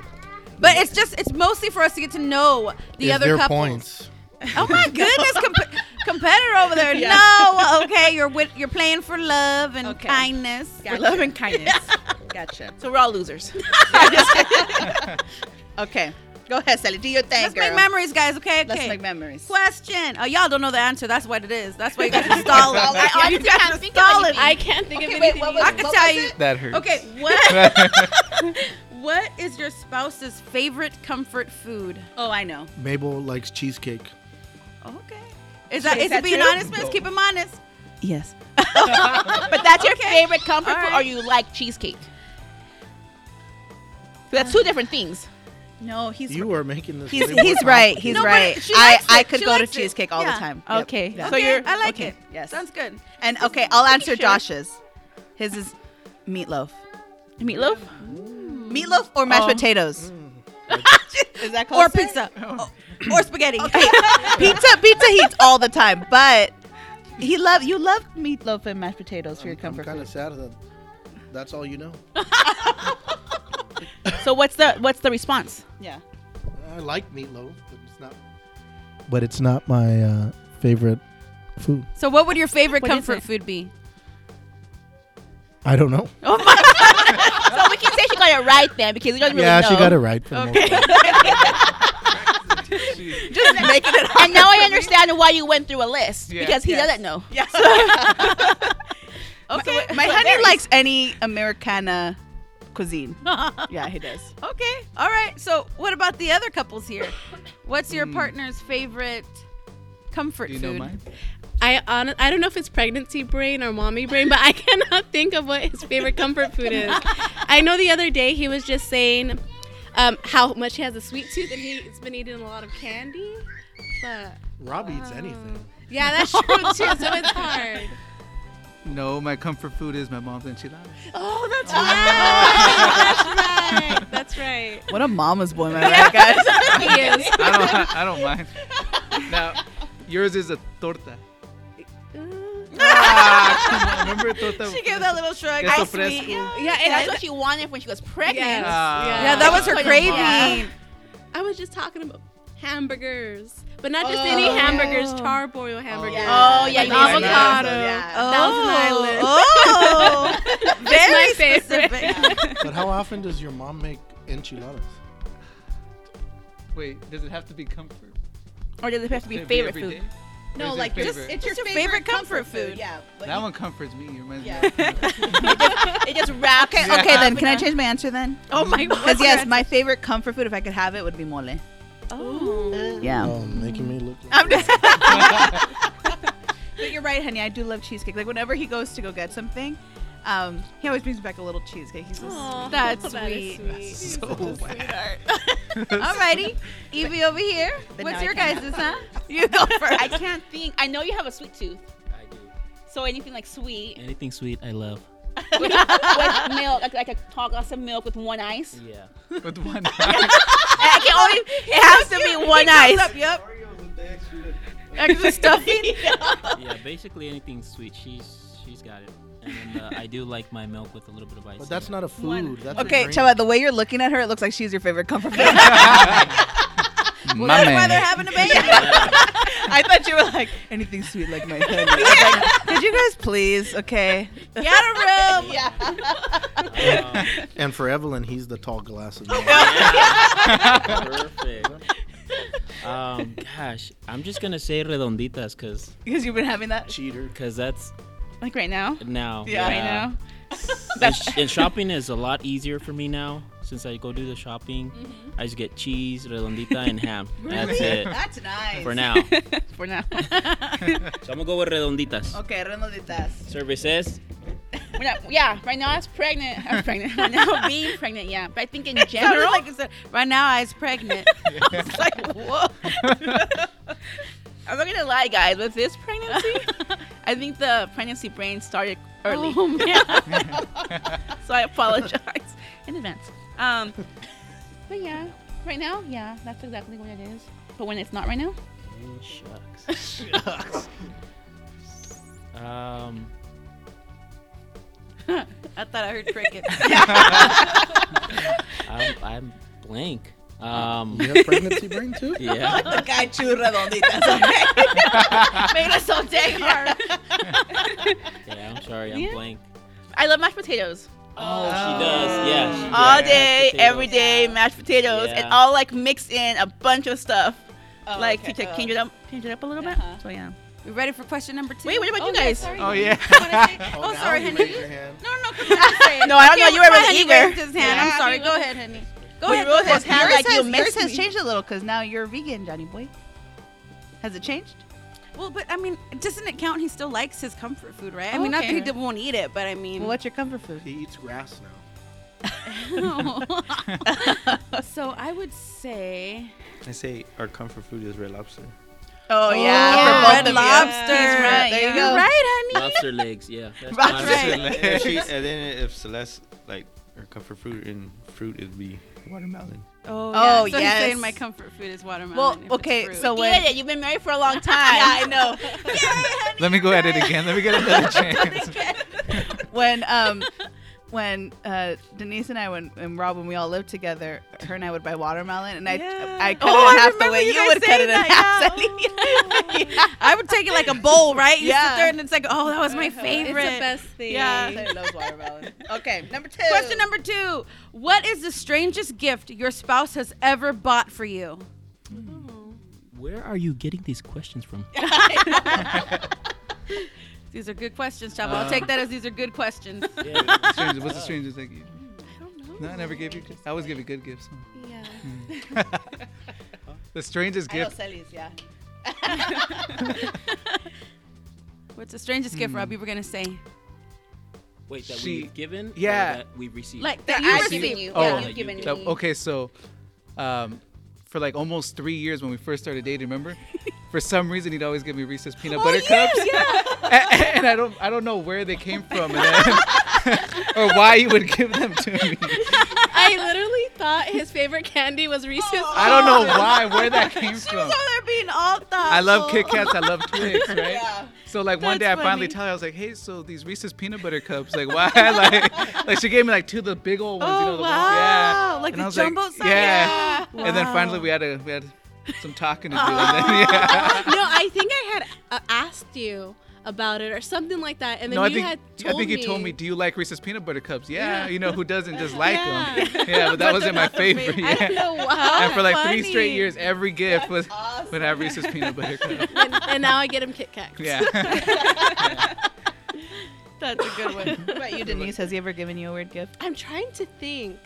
[SPEAKER 5] but it's just it's mostly for us to get to know the
[SPEAKER 3] is
[SPEAKER 5] other
[SPEAKER 3] there
[SPEAKER 5] couple.
[SPEAKER 3] points?
[SPEAKER 5] Oh my goodness, comp- competitor over there. No, okay, you're with, you're playing for love and
[SPEAKER 6] Okay.
[SPEAKER 5] kindness.
[SPEAKER 4] For love and kindness.
[SPEAKER 6] Gotcha.
[SPEAKER 4] so we're all losers.
[SPEAKER 6] Okay. Go ahead, Sally. Do your thing,
[SPEAKER 5] Let's
[SPEAKER 6] girl.
[SPEAKER 5] make memories, guys. Okay, okay.
[SPEAKER 6] Let's make memories.
[SPEAKER 5] Question. Oh, y'all don't know the answer. That's what it is. That's why you guys are stalling.
[SPEAKER 4] I honestly can't think of anything.
[SPEAKER 7] I can't think
[SPEAKER 6] Okay,
[SPEAKER 7] of
[SPEAKER 6] wait,
[SPEAKER 7] anything.
[SPEAKER 6] what
[SPEAKER 7] either.
[SPEAKER 5] I
[SPEAKER 6] was-
[SPEAKER 5] can tell
[SPEAKER 6] was
[SPEAKER 5] you.
[SPEAKER 6] it?
[SPEAKER 2] That hurts.
[SPEAKER 5] Okay, what? what is your spouse's favorite comfort food?
[SPEAKER 6] Oh, I know.
[SPEAKER 3] Mabel likes cheesecake.
[SPEAKER 5] Okay. Is that
[SPEAKER 4] Is
[SPEAKER 5] is,
[SPEAKER 4] that
[SPEAKER 5] it being
[SPEAKER 4] true?
[SPEAKER 5] honest, miss? Keep him honest.
[SPEAKER 6] Yes.
[SPEAKER 4] But that's your favorite comfort
[SPEAKER 5] All
[SPEAKER 4] food,
[SPEAKER 5] right.
[SPEAKER 4] or you like cheesecake? That's two different things.
[SPEAKER 6] No, he's
[SPEAKER 3] You are making this.
[SPEAKER 6] he's
[SPEAKER 3] way more
[SPEAKER 6] he's right.
[SPEAKER 3] complicated.
[SPEAKER 6] He's
[SPEAKER 5] No, but
[SPEAKER 6] right.
[SPEAKER 5] she
[SPEAKER 6] I
[SPEAKER 5] likes
[SPEAKER 6] I
[SPEAKER 5] it.
[SPEAKER 6] could
[SPEAKER 5] She
[SPEAKER 6] go to
[SPEAKER 5] likes it.
[SPEAKER 6] cheesecake all
[SPEAKER 5] Yeah.
[SPEAKER 6] the time. Yep.
[SPEAKER 4] Okay.
[SPEAKER 6] Yep.
[SPEAKER 4] So
[SPEAKER 5] okay,
[SPEAKER 4] you're
[SPEAKER 5] I like
[SPEAKER 4] okay.
[SPEAKER 5] it.
[SPEAKER 6] Yes.
[SPEAKER 5] Sounds good.
[SPEAKER 6] And okay, I'll answer Josh's. His is meatloaf.
[SPEAKER 4] Meatloaf?
[SPEAKER 6] Meatloaf or mashed
[SPEAKER 4] Oh.
[SPEAKER 6] potatoes? is that
[SPEAKER 5] Or
[SPEAKER 6] closer?
[SPEAKER 5] pizza. Or spaghetti.
[SPEAKER 6] pizza pizza he eats all the time, but he love you love meatloaf and mashed potatoes for your
[SPEAKER 3] I'm
[SPEAKER 6] comfort
[SPEAKER 3] kind
[SPEAKER 6] food.
[SPEAKER 3] of sad that that's all you know.
[SPEAKER 4] So what's the what's the response?
[SPEAKER 6] Yeah.
[SPEAKER 3] I like meatloaf, but it's not. But it's not my uh, favorite food.
[SPEAKER 5] So what would your favorite
[SPEAKER 4] What is
[SPEAKER 5] comfort
[SPEAKER 4] it?
[SPEAKER 5] food be?
[SPEAKER 3] I don't know.
[SPEAKER 4] So we can say she got it right then because we don't really
[SPEAKER 3] yeah,
[SPEAKER 4] know.
[SPEAKER 3] she got it right. For the most part.
[SPEAKER 4] Just making it And now I understand why you went through a list because he
[SPEAKER 6] Yes.
[SPEAKER 4] doesn't know.
[SPEAKER 6] Yes.
[SPEAKER 5] Okay.
[SPEAKER 6] My
[SPEAKER 5] so
[SPEAKER 6] honey
[SPEAKER 5] there-
[SPEAKER 6] likes any Americana cuisine. yeah, he does.
[SPEAKER 5] Okay. All right. So what about the other couples here? What's your partner's favorite comfort
[SPEAKER 2] Mm. Do you
[SPEAKER 5] food?
[SPEAKER 2] know mine?
[SPEAKER 7] I hon- I don't know if it's pregnancy brain or mommy brain, but I cannot think of what his favorite comfort food is. I know the other day he was just saying um, how much he has a sweet tooth and he's been eating a lot of candy. But
[SPEAKER 3] Rob eats anything.
[SPEAKER 7] yeah, that's true too. So it's hard.
[SPEAKER 2] No, my comfort food is my mom's enchiladas.
[SPEAKER 7] Oh, that's right. Ah, that's right.
[SPEAKER 6] What a mama's boy, am I right, guys?
[SPEAKER 7] That's right. He is.
[SPEAKER 2] I don't, I don't mind. Now, yours is a torta. Ah, come on, remember torta?
[SPEAKER 5] She gave that little shrug.
[SPEAKER 2] Queso
[SPEAKER 5] I sweet.
[SPEAKER 2] fresco.
[SPEAKER 5] Yeah.
[SPEAKER 7] Yeah,
[SPEAKER 4] And
[SPEAKER 7] and
[SPEAKER 4] that's
[SPEAKER 7] I,
[SPEAKER 4] what she wanted when she was pregnant.
[SPEAKER 7] Yes.
[SPEAKER 2] Ah.
[SPEAKER 7] Yeah.
[SPEAKER 5] yeah, that was her
[SPEAKER 4] Yeah.
[SPEAKER 5] craving.
[SPEAKER 7] I was just talking about hamburgers, but not just any hamburgers, charbroiled hamburgers.
[SPEAKER 4] Oh, yeah,
[SPEAKER 7] Like
[SPEAKER 4] you said that.
[SPEAKER 7] avocado.
[SPEAKER 6] Yeah.
[SPEAKER 7] Thousand Island.
[SPEAKER 5] Oh,
[SPEAKER 7] That's my
[SPEAKER 5] very
[SPEAKER 7] favorite.
[SPEAKER 5] specific.
[SPEAKER 3] But how often does your mom make enchiladas?
[SPEAKER 2] Wait, does it have to be comfort?
[SPEAKER 4] Or does it have to be
[SPEAKER 2] Can it
[SPEAKER 4] favorite
[SPEAKER 2] every
[SPEAKER 4] food?
[SPEAKER 2] day? Or
[SPEAKER 7] No,
[SPEAKER 2] is it
[SPEAKER 7] like just
[SPEAKER 2] favorite?
[SPEAKER 6] It's your
[SPEAKER 5] What's your favorite comfort food?
[SPEAKER 6] Yeah. but
[SPEAKER 2] that
[SPEAKER 6] you-
[SPEAKER 2] one comforts me. It reminds
[SPEAKER 6] Yeah.
[SPEAKER 2] me. of-
[SPEAKER 4] It just wraps.
[SPEAKER 6] Okay,
[SPEAKER 4] it
[SPEAKER 6] okay
[SPEAKER 4] up
[SPEAKER 6] then.
[SPEAKER 4] in
[SPEAKER 6] Can I
[SPEAKER 4] a-
[SPEAKER 6] change my answer then?
[SPEAKER 7] Oh my god.
[SPEAKER 6] Because yes, my favorite comfort food, if I could have it, would be mole.
[SPEAKER 7] Oh.
[SPEAKER 6] Yeah.
[SPEAKER 3] Oh, making me look.
[SPEAKER 6] I'm
[SPEAKER 3] Like
[SPEAKER 6] just. but you're right, honey. I do love cheesecake. Like whenever he goes to go get something, um, he always brings back a little cheesecake. He says,
[SPEAKER 7] Aw,
[SPEAKER 6] "That's
[SPEAKER 7] that is
[SPEAKER 6] sweet."
[SPEAKER 7] sweet.
[SPEAKER 2] so
[SPEAKER 7] Sweetheart.
[SPEAKER 5] Alrighty, Evie over here.
[SPEAKER 6] But
[SPEAKER 5] What's
[SPEAKER 6] now I
[SPEAKER 5] your
[SPEAKER 6] can't.
[SPEAKER 5] guys' huh?
[SPEAKER 6] You go first.
[SPEAKER 4] I can't think. I know you have a sweet tooth,
[SPEAKER 1] I do.
[SPEAKER 4] so anything like sweet
[SPEAKER 1] Anything sweet, I love.
[SPEAKER 4] with, with milk, like, like a tall glass of milk with one ice.
[SPEAKER 1] Yeah.
[SPEAKER 2] With one eye.
[SPEAKER 4] I can only. It has to be one ice.
[SPEAKER 6] yep.
[SPEAKER 4] Extra stuffing.
[SPEAKER 1] Yeah, basically anything sweet, she's she's got it. And uh, I do like my milk with a little bit of ice.
[SPEAKER 3] But
[SPEAKER 1] in
[SPEAKER 3] that's
[SPEAKER 1] it.
[SPEAKER 3] not a food. That's a
[SPEAKER 6] Okay,
[SPEAKER 3] drink.
[SPEAKER 6] Chava, the way you're looking at her, it looks like she's your favorite comfort food.
[SPEAKER 2] My
[SPEAKER 5] That's why
[SPEAKER 2] man.
[SPEAKER 5] they're having a baby.
[SPEAKER 6] I thought you were like anything sweet like my honey. I was like, Could you guys please? Okay.
[SPEAKER 5] Got a room.
[SPEAKER 1] Um,
[SPEAKER 3] And for Evelyn, he's the tall glass of milk.
[SPEAKER 1] Perfect. Um, gosh, I'm just gonna say redonditas, cause
[SPEAKER 6] Because you've been having that
[SPEAKER 3] Cheater.
[SPEAKER 1] cause that's
[SPEAKER 4] Like right now.
[SPEAKER 1] now.
[SPEAKER 6] Yeah, I
[SPEAKER 4] know.
[SPEAKER 1] and, sh- and shopping is a lot easier for me now since I go do the shopping.
[SPEAKER 6] Mm-hmm.
[SPEAKER 1] I just get cheese, redondita, and ham. That's it
[SPEAKER 6] That's nice.
[SPEAKER 1] for now. So
[SPEAKER 4] For now.
[SPEAKER 1] I'm gonna go with redonditas.
[SPEAKER 6] Okay, renoditas.
[SPEAKER 1] Services.
[SPEAKER 4] We're not- yeah. Right now, I was pregnant. I'm pregnant. Right now, being pregnant. Yeah. But I think in
[SPEAKER 5] Sounded
[SPEAKER 4] general.
[SPEAKER 5] like it said, right now I was pregnant.
[SPEAKER 4] I'm not gonna lie, guys. With this pregnancy, I think the pregnancy brain started early.
[SPEAKER 7] Oh man.
[SPEAKER 4] so I apologize in advance. Um, but yeah, right now, yeah, that's exactly what it is. But when it's not right now,
[SPEAKER 1] Mm, Shucks. Um,
[SPEAKER 5] I thought I heard crickets.
[SPEAKER 1] I'm, I'm blank. Um,
[SPEAKER 3] You have pregnancy brain too?
[SPEAKER 1] yeah.
[SPEAKER 6] The guy chewed redonditas. Okay.
[SPEAKER 4] made us all day hard.
[SPEAKER 1] Yeah, I'm sorry, I'm
[SPEAKER 4] Yeah.
[SPEAKER 1] blank.
[SPEAKER 4] I love mashed potatoes
[SPEAKER 1] Oh, she does. Yeah. she
[SPEAKER 4] all
[SPEAKER 1] does.
[SPEAKER 4] day,
[SPEAKER 1] Mashed
[SPEAKER 4] every
[SPEAKER 1] potatoes.
[SPEAKER 4] day, mashed potatoes, and
[SPEAKER 1] Yeah.
[SPEAKER 4] all like mixed in a bunch of stuff, like
[SPEAKER 6] okay.
[SPEAKER 4] to like, change it up, change it up a little
[SPEAKER 6] Uh-huh.
[SPEAKER 4] bit. So yeah.
[SPEAKER 5] we ready for question number two?
[SPEAKER 4] Wait, what about
[SPEAKER 7] Oh,
[SPEAKER 4] you
[SPEAKER 7] yeah,
[SPEAKER 4] guys?
[SPEAKER 7] sorry.
[SPEAKER 2] Oh yeah.
[SPEAKER 5] Oh, sorry,
[SPEAKER 3] you
[SPEAKER 5] Henry.
[SPEAKER 3] raised your hand.
[SPEAKER 5] No, no, no. Come on, say it.
[SPEAKER 4] No, I don't know, you were
[SPEAKER 5] my
[SPEAKER 4] really
[SPEAKER 5] honey
[SPEAKER 4] eager.
[SPEAKER 5] raised his hand. I'm
[SPEAKER 4] Yeah.
[SPEAKER 5] sorry. Go ahead, honey. Go
[SPEAKER 4] We
[SPEAKER 5] ahead.
[SPEAKER 4] both
[SPEAKER 5] go
[SPEAKER 4] have
[SPEAKER 5] for it.
[SPEAKER 4] hand-
[SPEAKER 6] Yours,
[SPEAKER 4] like you
[SPEAKER 6] has, yours
[SPEAKER 4] missed
[SPEAKER 6] has
[SPEAKER 4] me.
[SPEAKER 6] changed a little because now you're vegan, Johnny boy. Has it changed?
[SPEAKER 5] Well, but I mean, doesn't it count? He still likes his comfort food, right? I
[SPEAKER 4] Oh,
[SPEAKER 5] mean,
[SPEAKER 4] okay.
[SPEAKER 5] not that he d- won't eat it, but I mean,
[SPEAKER 6] Well, what's your comfort food?
[SPEAKER 3] He eats grass now.
[SPEAKER 4] Oh,
[SPEAKER 5] so I would say
[SPEAKER 8] I say our comfort food is red lobster.
[SPEAKER 6] Oh,
[SPEAKER 5] yeah,
[SPEAKER 6] for both
[SPEAKER 5] Red
[SPEAKER 6] of you.
[SPEAKER 5] Lobster.
[SPEAKER 6] He's right. There you
[SPEAKER 5] You're
[SPEAKER 6] go.
[SPEAKER 5] right, honey.
[SPEAKER 1] Lobster legs, yeah. That's
[SPEAKER 6] That's
[SPEAKER 1] fine.
[SPEAKER 5] right.
[SPEAKER 8] If she, and then if Celeste like her comfort food and fruit would be watermelon.
[SPEAKER 5] Oh,
[SPEAKER 6] Oh,
[SPEAKER 5] yeah. So
[SPEAKER 6] yes.
[SPEAKER 5] he's saying my comfort food is watermelon.
[SPEAKER 6] Well,
[SPEAKER 5] if it's
[SPEAKER 6] okay,
[SPEAKER 5] fruit.
[SPEAKER 6] so
[SPEAKER 4] Get
[SPEAKER 6] when.
[SPEAKER 4] it? You've been married for a long time. yeah, I know.
[SPEAKER 2] Let me go at it again. Let me get another chance.
[SPEAKER 6] when um when uh, Denise and I when and Rob when we all lived together, her and I would buy watermelon and I
[SPEAKER 5] Yeah.
[SPEAKER 6] I cut
[SPEAKER 5] Oh,
[SPEAKER 6] it in
[SPEAKER 5] I
[SPEAKER 6] half the
[SPEAKER 5] remember
[SPEAKER 6] way
[SPEAKER 5] you
[SPEAKER 6] you,
[SPEAKER 5] guys
[SPEAKER 6] would cut it in
[SPEAKER 5] saying that,
[SPEAKER 6] half.
[SPEAKER 5] yeah.
[SPEAKER 6] Sally.
[SPEAKER 5] I would take it like a bowl, right? You
[SPEAKER 6] Yeah.
[SPEAKER 5] sit there and it's like, oh, that was my
[SPEAKER 7] It's the
[SPEAKER 5] favorite.
[SPEAKER 7] best thing.
[SPEAKER 5] Yeah.
[SPEAKER 6] I love watermelon. Okay, number two.
[SPEAKER 5] Question number two: What is the strangest gift your spouse has ever bought for you?
[SPEAKER 1] Where are you getting these questions from?
[SPEAKER 5] These are good questions, Chavo. I'll take that as these are good questions.
[SPEAKER 2] Strangers, what's the strangest thing? you- No, I never gave you. gifts. I always give you good gifts. Hmm.
[SPEAKER 7] Yeah.
[SPEAKER 2] The strangest
[SPEAKER 6] I know
[SPEAKER 2] gift.
[SPEAKER 6] Sally's, yeah.
[SPEAKER 5] What's the strangest gift, Rob? You were gonna say,
[SPEAKER 1] Wait, that
[SPEAKER 2] She-
[SPEAKER 1] we've given? or
[SPEAKER 2] yeah.
[SPEAKER 1] that we've received.
[SPEAKER 5] like
[SPEAKER 4] That
[SPEAKER 5] that you
[SPEAKER 4] I've
[SPEAKER 5] received.
[SPEAKER 4] given you.
[SPEAKER 2] Oh.
[SPEAKER 4] yeah, you've given me.
[SPEAKER 2] That- okay, so, um, for like almost three years when we first started dating, remember? For some reason, he'd always give me Reese's peanut butter cups. and I don't I don't know where they came from and then, or why you would give them to me.
[SPEAKER 7] I literally thought his favorite candy was Reese's.
[SPEAKER 2] I don't know why where that came from.
[SPEAKER 5] they're being all thoughtful.
[SPEAKER 2] I love Kit Kats. I love Twix, right? So like one day I
[SPEAKER 5] That's
[SPEAKER 2] finally
[SPEAKER 5] funny.
[SPEAKER 2] tell her I was like, hey, so these Reese's peanut butter cups, like why? like, like she gave me like two of the big old ones, you know,
[SPEAKER 5] Oh
[SPEAKER 2] the ones,
[SPEAKER 5] wow!
[SPEAKER 2] yeah.
[SPEAKER 5] Like
[SPEAKER 2] And I
[SPEAKER 5] the
[SPEAKER 2] was like,
[SPEAKER 5] jumbo size.
[SPEAKER 2] yeah.
[SPEAKER 5] Yeah.
[SPEAKER 2] And then finally we had a we had some talking to do, and then yeah.
[SPEAKER 7] no, I think I had uh, asked you about it or something like that, and then
[SPEAKER 2] No,
[SPEAKER 7] you
[SPEAKER 2] I think
[SPEAKER 7] had
[SPEAKER 2] I
[SPEAKER 7] told
[SPEAKER 2] think
[SPEAKER 7] me.
[SPEAKER 2] you told me, do you like Reese's peanut butter cups? Yeah,
[SPEAKER 7] Yeah.
[SPEAKER 2] you know who doesn't just like them. Yeah, but that wasn't my favorite.
[SPEAKER 7] I don't
[SPEAKER 2] Yeah.
[SPEAKER 7] know why.
[SPEAKER 2] And for like three straight
[SPEAKER 5] funny.
[SPEAKER 2] years, every gift was would have Reese's peanut butter cup.
[SPEAKER 7] and, and now I get him Kit Kats.
[SPEAKER 2] Yeah.
[SPEAKER 6] That's a good one. What about you, Denise? Has he ever given you a weird gift?
[SPEAKER 7] I'm trying to think.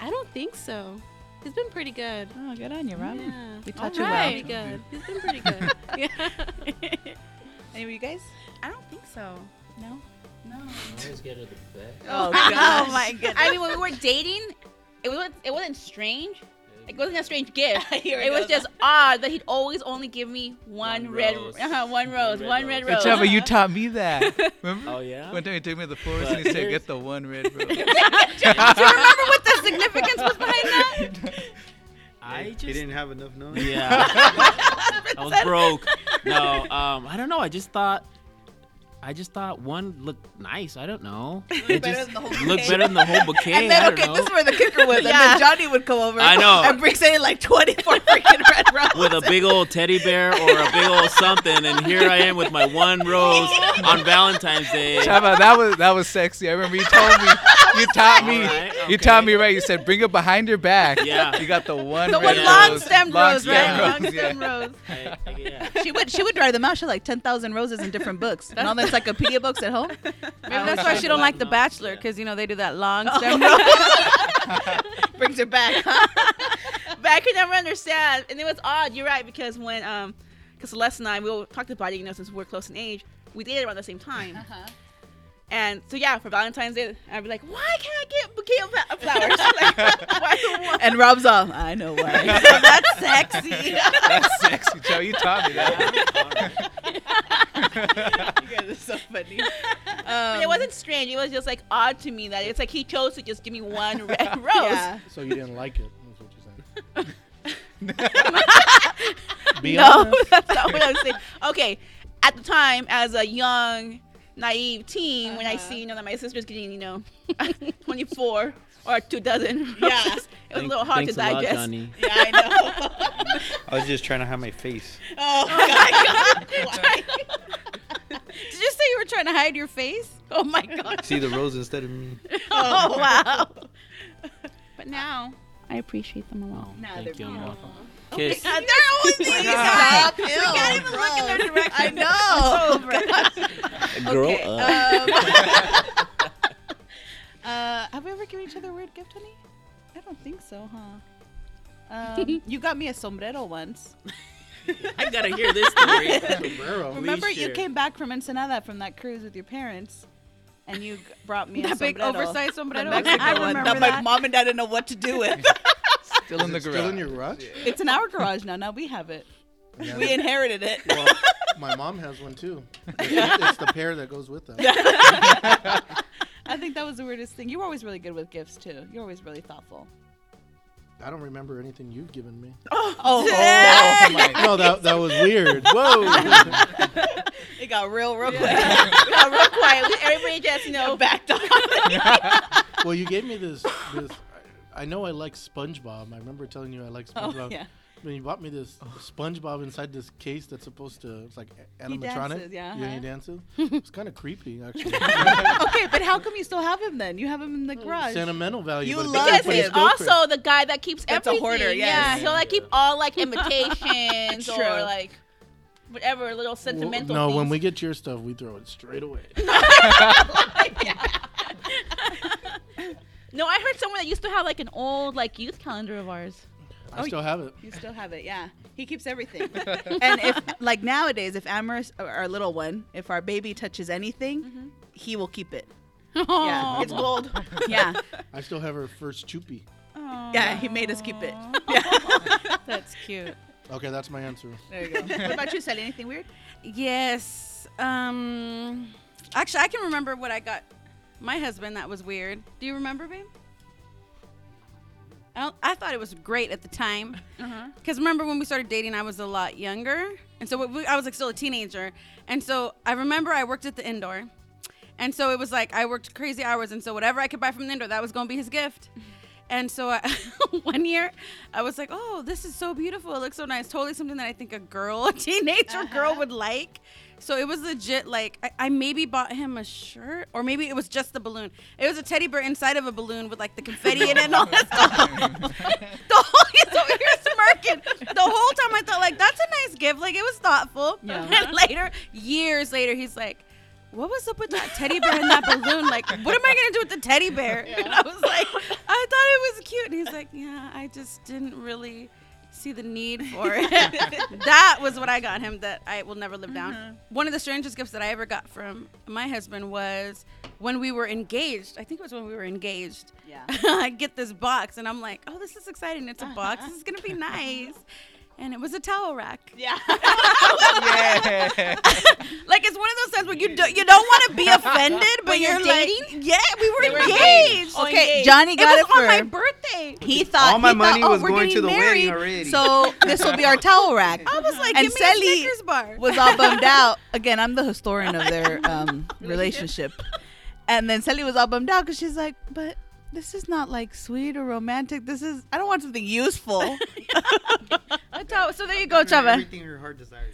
[SPEAKER 7] I don't think so. He's been pretty good.
[SPEAKER 6] Oh, good on you, Rob.
[SPEAKER 7] Yeah.
[SPEAKER 6] We
[SPEAKER 7] All
[SPEAKER 6] taught you well.
[SPEAKER 7] right. Pretty good. He's been pretty good. yeah.
[SPEAKER 6] Any of you guys?
[SPEAKER 5] I don't think so.
[SPEAKER 6] No.
[SPEAKER 4] Oh,
[SPEAKER 5] Oh my goodness.
[SPEAKER 4] I mean, when we were dating, it wasn't it wasn't strange. It wasn't a strange gift.
[SPEAKER 6] Here we
[SPEAKER 4] it was
[SPEAKER 6] go.
[SPEAKER 4] just odd that he'd always only give me one,
[SPEAKER 1] One
[SPEAKER 4] red,
[SPEAKER 1] rose.
[SPEAKER 4] uh one rose, one, red
[SPEAKER 2] But
[SPEAKER 4] rose.
[SPEAKER 2] Chava, you taught me that. Remember?
[SPEAKER 1] Oh yeah.
[SPEAKER 2] One time he took me to the forest and he said, "Get the one red rose."
[SPEAKER 4] what the significance was behind that?
[SPEAKER 1] I
[SPEAKER 8] he
[SPEAKER 1] just
[SPEAKER 8] didn't have enough knowledge.
[SPEAKER 1] yeah. I was broke. No, um, I don't know. I just thought. I just thought one looked nice. I don't know. It
[SPEAKER 6] better
[SPEAKER 1] just
[SPEAKER 6] than the whole
[SPEAKER 1] looked
[SPEAKER 6] bouquet.
[SPEAKER 1] better than the whole bouquet.
[SPEAKER 6] And then,
[SPEAKER 1] I
[SPEAKER 6] okay,
[SPEAKER 1] don't know.
[SPEAKER 6] this is where the kicker was. And then Johnny would come over.
[SPEAKER 1] I know.
[SPEAKER 6] And bring in like 24 freaking red roses.
[SPEAKER 1] with a big old teddy bear or a big old something, and here I am with my one rose on Valentine's Day.
[SPEAKER 2] Chava, that was that was sexy. I remember you told me, you taught me,
[SPEAKER 1] Alright,
[SPEAKER 2] you taught
[SPEAKER 1] okay.
[SPEAKER 2] me right. You said, "Bring it behind your back."
[SPEAKER 1] Yeah.
[SPEAKER 2] You got the one.
[SPEAKER 6] The
[SPEAKER 2] red
[SPEAKER 6] one long
[SPEAKER 2] rose,
[SPEAKER 6] stemmed
[SPEAKER 2] long
[SPEAKER 6] rose,
[SPEAKER 2] stemmed
[SPEAKER 1] right?
[SPEAKER 2] rose,
[SPEAKER 6] Long
[SPEAKER 2] yeah.
[SPEAKER 6] stem rose.
[SPEAKER 1] I- I- yeah.
[SPEAKER 6] She would she would dry them out. She had like ten thousand roses in different books and all the encyclopedia books at home.
[SPEAKER 5] Maybe that's why she don't like The
[SPEAKER 1] Yeah.
[SPEAKER 5] Bachelor because you know they do that long stem.
[SPEAKER 6] Brings her back.
[SPEAKER 4] but I could never understand. And it was odd. You're right because when um, because Celeste and I we all talked about it, you know, since we were close in age, we dated around the same time. And so yeah, for Valentine's Day, I'd be like, why can't I get a bouquet of fa- flowers? like, why do I-
[SPEAKER 6] And Rob's all, I know why.
[SPEAKER 5] That's sexy.
[SPEAKER 2] That's sexy, Chava. You taught me that.
[SPEAKER 6] you guys are so funny. Um,
[SPEAKER 4] But it wasn't strange. It was just like odd to me that it's like he chose to just give me one red rose.
[SPEAKER 6] Yeah.
[SPEAKER 9] So you didn't like it. That's what you're saying. Be
[SPEAKER 4] No,
[SPEAKER 9] honest.
[SPEAKER 4] that's not what I'm saying. Okay, at the time, as a young, naive teen, when I see you know that my sister's getting you know, 24 or two dozen, yeah, it was a
[SPEAKER 1] Thank-
[SPEAKER 4] little hard to
[SPEAKER 1] thanks a lot,
[SPEAKER 4] digest.
[SPEAKER 1] Johnny.
[SPEAKER 6] Yeah, I know.
[SPEAKER 8] I was just trying to hide my face.
[SPEAKER 6] Oh, God.
[SPEAKER 5] Did you say you were trying to hide your face? Oh my god.
[SPEAKER 8] See the rose instead of me.
[SPEAKER 4] oh wow!
[SPEAKER 5] But now.
[SPEAKER 4] I appreciate them a lot.
[SPEAKER 1] Oh, Thank you. Amor. Kiss.
[SPEAKER 5] They're always these guys.
[SPEAKER 6] Stop. Ew, can't even look in their direction. I know.
[SPEAKER 1] Grow up.
[SPEAKER 6] Uh, have we ever given each other a weird gift, honey? I don't think so, huh? Um, you got me a sombrero once.
[SPEAKER 1] I gotta hear this story.
[SPEAKER 9] Sombrero.
[SPEAKER 6] Remember, you
[SPEAKER 1] share.
[SPEAKER 6] came back from Ensenada from that cruise with your parents, and you g- brought me a
[SPEAKER 5] That big
[SPEAKER 6] sombrero.
[SPEAKER 5] oversized
[SPEAKER 6] The
[SPEAKER 5] sombrero.
[SPEAKER 6] Mexican
[SPEAKER 5] I
[SPEAKER 6] one that,
[SPEAKER 5] remember that.
[SPEAKER 6] my mom and dad didn't know what to do with.
[SPEAKER 2] Still in the
[SPEAKER 9] Is it
[SPEAKER 2] garage.
[SPEAKER 9] still in your garage?
[SPEAKER 6] it's in our garage now. Now we have it.
[SPEAKER 9] Yeah.
[SPEAKER 6] We inherited it.
[SPEAKER 9] Well, my mom has one too. It's, it's the pair that goes with them.
[SPEAKER 6] I think that was the weirdest thing. You were always really good with gifts too. You're always really thoughtful.
[SPEAKER 9] I don't remember anything you've given me.
[SPEAKER 6] Oh,
[SPEAKER 2] Oh my
[SPEAKER 9] No, that that was weird. Whoa.
[SPEAKER 6] it got real, real
[SPEAKER 4] We got real quiet. We- Everybody just you know backed off.
[SPEAKER 9] well, you gave me this. this I know I like SpongeBob. I remember telling you I like
[SPEAKER 6] quick.
[SPEAKER 9] SpongeBob.
[SPEAKER 6] Oh, yeah.
[SPEAKER 9] When you bought me this SpongeBob inside this case that's supposed to, it's like a- animatronic.
[SPEAKER 6] dances, yeah,
[SPEAKER 9] Yeah,
[SPEAKER 6] uh-huh.
[SPEAKER 9] he dances. It's kind of creepy, actually.
[SPEAKER 6] okay, but how come you still have him then? You have him in
[SPEAKER 5] Oh,
[SPEAKER 6] the garage.
[SPEAKER 9] Sentimental value.
[SPEAKER 6] You
[SPEAKER 9] but it's-
[SPEAKER 6] love
[SPEAKER 9] but
[SPEAKER 4] Because
[SPEAKER 9] it's
[SPEAKER 4] he's
[SPEAKER 9] still creepy.
[SPEAKER 4] also the guy that keeps
[SPEAKER 6] That's a
[SPEAKER 4] everything.
[SPEAKER 6] hoarder,
[SPEAKER 4] Yeah,
[SPEAKER 6] yes.
[SPEAKER 4] he'll like keep all like invitations or
[SPEAKER 6] True.
[SPEAKER 4] like whatever little
[SPEAKER 9] Well,
[SPEAKER 4] sentimental.
[SPEAKER 9] No,
[SPEAKER 4] things.
[SPEAKER 9] when we get your stuff, we throw it straight away.
[SPEAKER 4] No, I heard someone that used to have like an old like youth calendar of ours.
[SPEAKER 9] I
[SPEAKER 6] Oh,
[SPEAKER 9] still have it.
[SPEAKER 6] You still have it, yeah. He keeps everything. and if like nowadays, if Amorous, or our little one, if our baby touches anything,
[SPEAKER 5] Mm-hmm.
[SPEAKER 6] he will keep it. Yeah, it's gold. yeah,
[SPEAKER 9] I still have her first choopy.
[SPEAKER 6] yeah. He made us keep it.
[SPEAKER 5] That's cute.
[SPEAKER 9] Okay, that's my answer.
[SPEAKER 6] There you go.
[SPEAKER 4] what about you, Sally? Anything weird?
[SPEAKER 5] Yes. Um. Actually, I can remember what I got. My husband. That was weird. Do you remember, babe? I, don't, I thought it was great at the time. Because remember when we started dating, I was a lot younger, and so we, I was like still a teenager. And so I remember I worked at the indoor, and so it was like I worked crazy hours, and so whatever I could buy from the indoor, that was gonna be his gift. And so I, one year, I was like, "Oh, this is so beautiful! It looks so nice. Totally something that I think a girl, a teenager girl, would like." So it was legit. Like I, I maybe bought him a shirt, or maybe it was just the balloon. It was a teddy bear inside of a balloon with like the confetti in it and all that stuff. the whole so you're smirking. The whole time I thought like that's a nice gift. Like it was thoughtful. And later, years later, he's like, "What was up with that teddy bear and that balloon? Like, what am I gonna do with the teddy bear?" And I was like, "I thought it was cute." And he's like, "Yeah, I just didn't really." See the need for it. that was what I got him that I will never live down. One of the strangest gifts that I ever got from my husband was when we were engaged. I think it was when we were engaged.
[SPEAKER 6] Yeah.
[SPEAKER 5] I get this box and I'm like, oh, this is exciting. It's a box. This is gonna be nice. And it was a towel rack.
[SPEAKER 6] Yeah.
[SPEAKER 8] Yeah.
[SPEAKER 5] Like it's one of those times where you do, you don't want to be offended, but
[SPEAKER 4] When
[SPEAKER 5] you're,
[SPEAKER 4] you're
[SPEAKER 5] dating. Like, yeah, we were,
[SPEAKER 4] were
[SPEAKER 5] engaged.
[SPEAKER 6] Okay,
[SPEAKER 5] Engaged.
[SPEAKER 6] Johnny got
[SPEAKER 5] it
[SPEAKER 6] it,
[SPEAKER 5] Oh, was on my
[SPEAKER 6] for.
[SPEAKER 5] birthday.
[SPEAKER 6] he thought
[SPEAKER 8] All my
[SPEAKER 6] he
[SPEAKER 8] money
[SPEAKER 6] thought, oh,
[SPEAKER 8] was
[SPEAKER 6] we're
[SPEAKER 8] going
[SPEAKER 6] getting
[SPEAKER 8] to the
[SPEAKER 6] married,
[SPEAKER 8] wedding already.
[SPEAKER 6] So this will be our towel rack.
[SPEAKER 5] I was like,
[SPEAKER 6] And
[SPEAKER 5] give me a
[SPEAKER 6] Sally
[SPEAKER 5] Snickers bar.
[SPEAKER 6] was all bummed out. Again, I'm the historian of their um, relationship. And then Sally was all bummed out because she's like, but this is not like sweet or romantic. This is, I don't want something useful.
[SPEAKER 5] a towel. So there you go, Chava.
[SPEAKER 8] Everything your heart desires.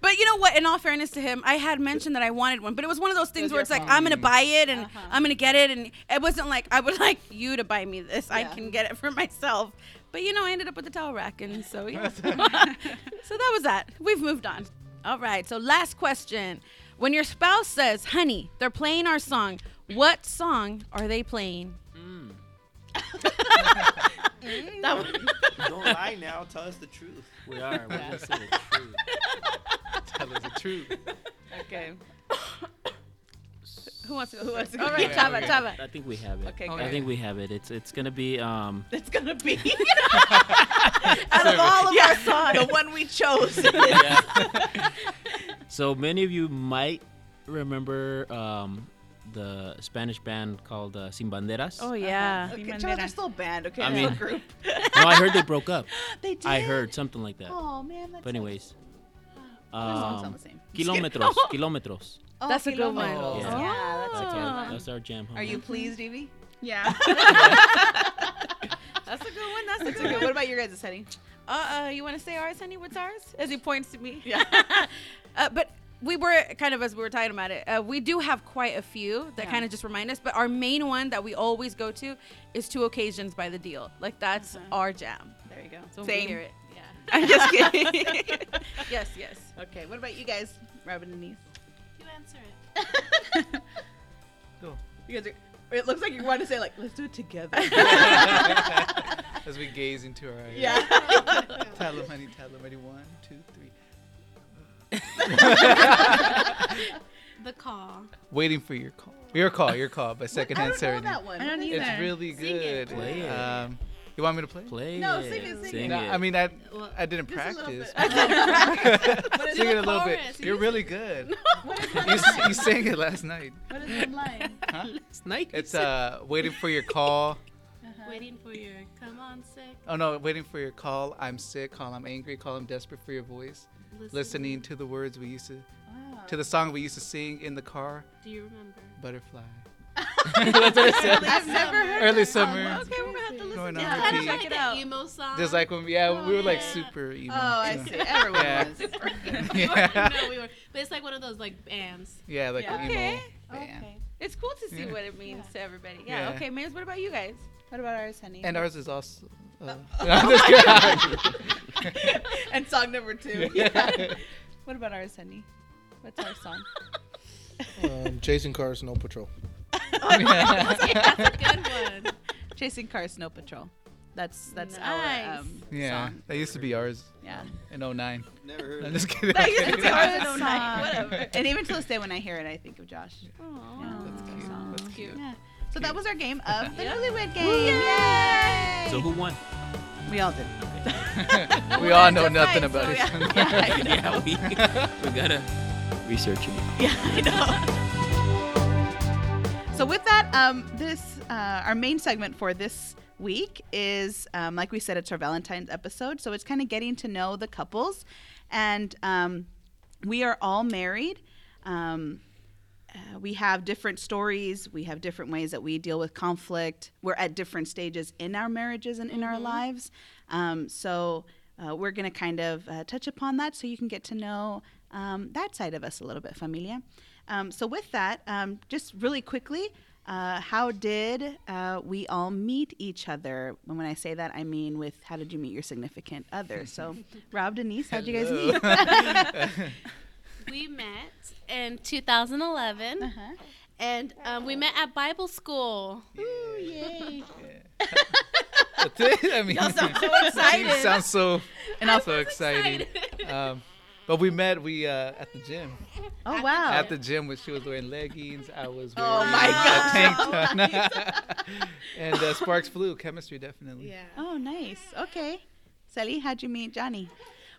[SPEAKER 5] But you know what? In all fairness to him, I had mentioned that I wanted one, but it was one of those things
[SPEAKER 4] was
[SPEAKER 5] where
[SPEAKER 4] your
[SPEAKER 5] it's like
[SPEAKER 4] fault.
[SPEAKER 5] I'm gonna buy it and I'm gonna get it, and it wasn't like I would like you to buy me this. I can get it for myself. But you know, I ended up with the towel rack, and so yeah. so that was that. We've moved on. All right. So last question: When your spouse says, "Honey, they're playing our song," what song are they playing?
[SPEAKER 8] Don't lie now. Tell us the truth.
[SPEAKER 1] We are. We're gonna say the truth.
[SPEAKER 9] Tell us the truth.
[SPEAKER 4] Okay.
[SPEAKER 5] Who wants to go? Who
[SPEAKER 4] wants to go
[SPEAKER 5] All right,
[SPEAKER 4] first?
[SPEAKER 5] Chava, Chava.
[SPEAKER 1] I think we have it.
[SPEAKER 4] Okay,
[SPEAKER 1] I
[SPEAKER 4] great.
[SPEAKER 1] think we have it. It's it's gonna be um.
[SPEAKER 4] It's gonna be.
[SPEAKER 6] Out of all of our songs, the one we chose.
[SPEAKER 1] So many of you might remember um the Spanish band called uh, Sin Banderas.
[SPEAKER 5] Oh yeah.
[SPEAKER 6] Okay,
[SPEAKER 4] Bandera.
[SPEAKER 6] Charles, they're still banned. Okay,
[SPEAKER 1] I
[SPEAKER 6] they're still
[SPEAKER 1] mean-
[SPEAKER 6] a group.
[SPEAKER 1] No, I heard they broke up.
[SPEAKER 6] They did.
[SPEAKER 1] I heard something like that.
[SPEAKER 6] Oh man, that's
[SPEAKER 1] But anyways.
[SPEAKER 6] Their songs
[SPEAKER 1] Um,
[SPEAKER 6] sound the same.
[SPEAKER 1] kilometros, kilometros.
[SPEAKER 6] Oh,
[SPEAKER 5] That's a good one.
[SPEAKER 6] Kilometers.
[SPEAKER 1] Yeah.
[SPEAKER 6] Yeah, that's a
[SPEAKER 1] That's
[SPEAKER 6] good
[SPEAKER 1] our,
[SPEAKER 6] one.
[SPEAKER 1] that's our jam. Homie.
[SPEAKER 6] Are you pleased, Evie?
[SPEAKER 4] yeah.
[SPEAKER 5] That's a good one. That's a
[SPEAKER 6] That's okay. What about your guys' setting?
[SPEAKER 5] uh, uh, you want to say ours, honey? What's ours? As he points to me.
[SPEAKER 6] Yeah.
[SPEAKER 5] uh, but we were kind of as we were talking about it. Uh, we do have quite a few that
[SPEAKER 6] Yeah.
[SPEAKER 5] kind of just remind us. But our main one that we always go to is Two Occasions by the Deal. Like that's
[SPEAKER 6] Uh-huh.
[SPEAKER 5] our jam.
[SPEAKER 6] There you go.
[SPEAKER 5] So
[SPEAKER 4] Same.
[SPEAKER 5] we hear it.
[SPEAKER 4] I'm just kidding.
[SPEAKER 5] Yes, yes.
[SPEAKER 6] Okay, what about you guys, Robin and Denise?
[SPEAKER 7] You answer it.
[SPEAKER 6] You guys are. It looks like you want to say like, let's do it together.
[SPEAKER 2] As we gaze into her eyes.
[SPEAKER 6] yeah.
[SPEAKER 2] Tell him, honey, tell him, honey. One, two, three.
[SPEAKER 7] The call.
[SPEAKER 2] Waiting for your call. Your call, your call by
[SPEAKER 6] I
[SPEAKER 2] Secondhand
[SPEAKER 6] don't know
[SPEAKER 2] Serenade.
[SPEAKER 6] that one.
[SPEAKER 4] I don't either.
[SPEAKER 2] It's really good.
[SPEAKER 1] Play it.
[SPEAKER 2] Um, you want me to play?
[SPEAKER 1] Play
[SPEAKER 6] No,
[SPEAKER 1] it.
[SPEAKER 6] sing it, sing
[SPEAKER 2] No, I mean, I I didn't
[SPEAKER 6] Just a little
[SPEAKER 2] practice.
[SPEAKER 6] bit.
[SPEAKER 7] Do
[SPEAKER 2] Sing
[SPEAKER 7] the
[SPEAKER 2] it a little bit.
[SPEAKER 7] chorus.
[SPEAKER 2] You're really good. you, s- you sang it last night.
[SPEAKER 6] What is one line?
[SPEAKER 1] it's nice.
[SPEAKER 2] It's uh waiting for your call.
[SPEAKER 7] Waiting for your come on sick.
[SPEAKER 2] Oh no, waiting for your call. I'm sick. Call. I'm angry. Call. I'm desperate for your voice. Listening to the words we used to, to the song we used to sing in the car.
[SPEAKER 7] Do you remember?
[SPEAKER 2] Butterfly.
[SPEAKER 6] I've never heard.
[SPEAKER 2] Early summer.
[SPEAKER 5] Okay, we're gonna have to listen.
[SPEAKER 2] Going
[SPEAKER 5] to
[SPEAKER 2] on
[SPEAKER 5] that.
[SPEAKER 2] repeat.
[SPEAKER 5] Check it out.
[SPEAKER 7] The emo song.
[SPEAKER 2] Just like when yeah we were like
[SPEAKER 7] yeah.
[SPEAKER 2] super emo.
[SPEAKER 6] Oh, I
[SPEAKER 2] so-
[SPEAKER 6] see. Everyone
[SPEAKER 2] Yeah.
[SPEAKER 6] was.
[SPEAKER 2] Yeah.
[SPEAKER 7] no, Oh, we were. But it's like one of those like bands.
[SPEAKER 2] Yeah, like
[SPEAKER 6] Yeah.
[SPEAKER 2] emo.
[SPEAKER 5] Okay.
[SPEAKER 2] band.
[SPEAKER 5] It's cool to see
[SPEAKER 2] Yeah.
[SPEAKER 5] what it means to everybody. Yeah.
[SPEAKER 2] Yeah.
[SPEAKER 5] Okay, Mays. What about you guys?
[SPEAKER 6] What about ours, honey?
[SPEAKER 2] And ours is also. Uh, I'm just kidding.
[SPEAKER 6] and song number two. Yeah. what about ours, honey? What's our song?
[SPEAKER 9] Um, Jason Carr, Snow Patrol.
[SPEAKER 7] Good one.
[SPEAKER 6] Chasing Car Snow Patrol. That's that's our
[SPEAKER 5] Nice.
[SPEAKER 6] um,
[SPEAKER 2] yeah,
[SPEAKER 6] song.
[SPEAKER 2] that used to be ours
[SPEAKER 6] Yeah.
[SPEAKER 2] in 09.
[SPEAKER 8] Never heard.
[SPEAKER 2] I'm
[SPEAKER 8] of
[SPEAKER 2] just kidding.
[SPEAKER 6] It's our
[SPEAKER 4] Song.
[SPEAKER 6] song. And even to this day, when I hear it, I think of Josh. Yeah,
[SPEAKER 5] Aww.
[SPEAKER 6] that's our song.
[SPEAKER 2] That's cute.
[SPEAKER 6] Yeah. So that was our game of the Newlywed Game.
[SPEAKER 1] so
[SPEAKER 6] Yay!
[SPEAKER 1] who won?
[SPEAKER 6] We all did.
[SPEAKER 1] Okay.
[SPEAKER 2] we all know
[SPEAKER 6] That's
[SPEAKER 2] nothing
[SPEAKER 6] right,
[SPEAKER 2] about
[SPEAKER 6] so
[SPEAKER 2] it.
[SPEAKER 6] yeah.
[SPEAKER 1] yeah, we, we gotta research it.
[SPEAKER 6] So with that, um, this uh, our main segment for this week is um, like we said, it's our Valentine's episode, so it's kind of getting to know the couples, and um, we are all married. Um, uh, we have different stories. We have different ways that we deal with conflict. We're at different stages in our marriages and in our lives. Um, so uh, we're going to kind of uh, touch upon that so you can get to know um, that side of us a little bit, familia. Um, so, with that, um, just really quickly, uh, how did uh, we all meet each other? And when I say that, I mean with how did you meet your significant other? So, Rob, Denise, how'd you guys meet?
[SPEAKER 7] We met in 2011,
[SPEAKER 5] Uh-huh.
[SPEAKER 7] and um, we met at Bible school.
[SPEAKER 2] I mean,
[SPEAKER 4] so
[SPEAKER 2] it sounds so, and also exciting.
[SPEAKER 7] excited.
[SPEAKER 2] Um, but we met we uh, at the gym.
[SPEAKER 6] oh, wow.
[SPEAKER 2] At the gym, when she was wearing leggings, I was wearing oh my god a tank top. and uh, sparks flew. Chemistry definitely. Yeah.
[SPEAKER 6] Oh, nice. Okay. Sally, how'd you meet Johnny?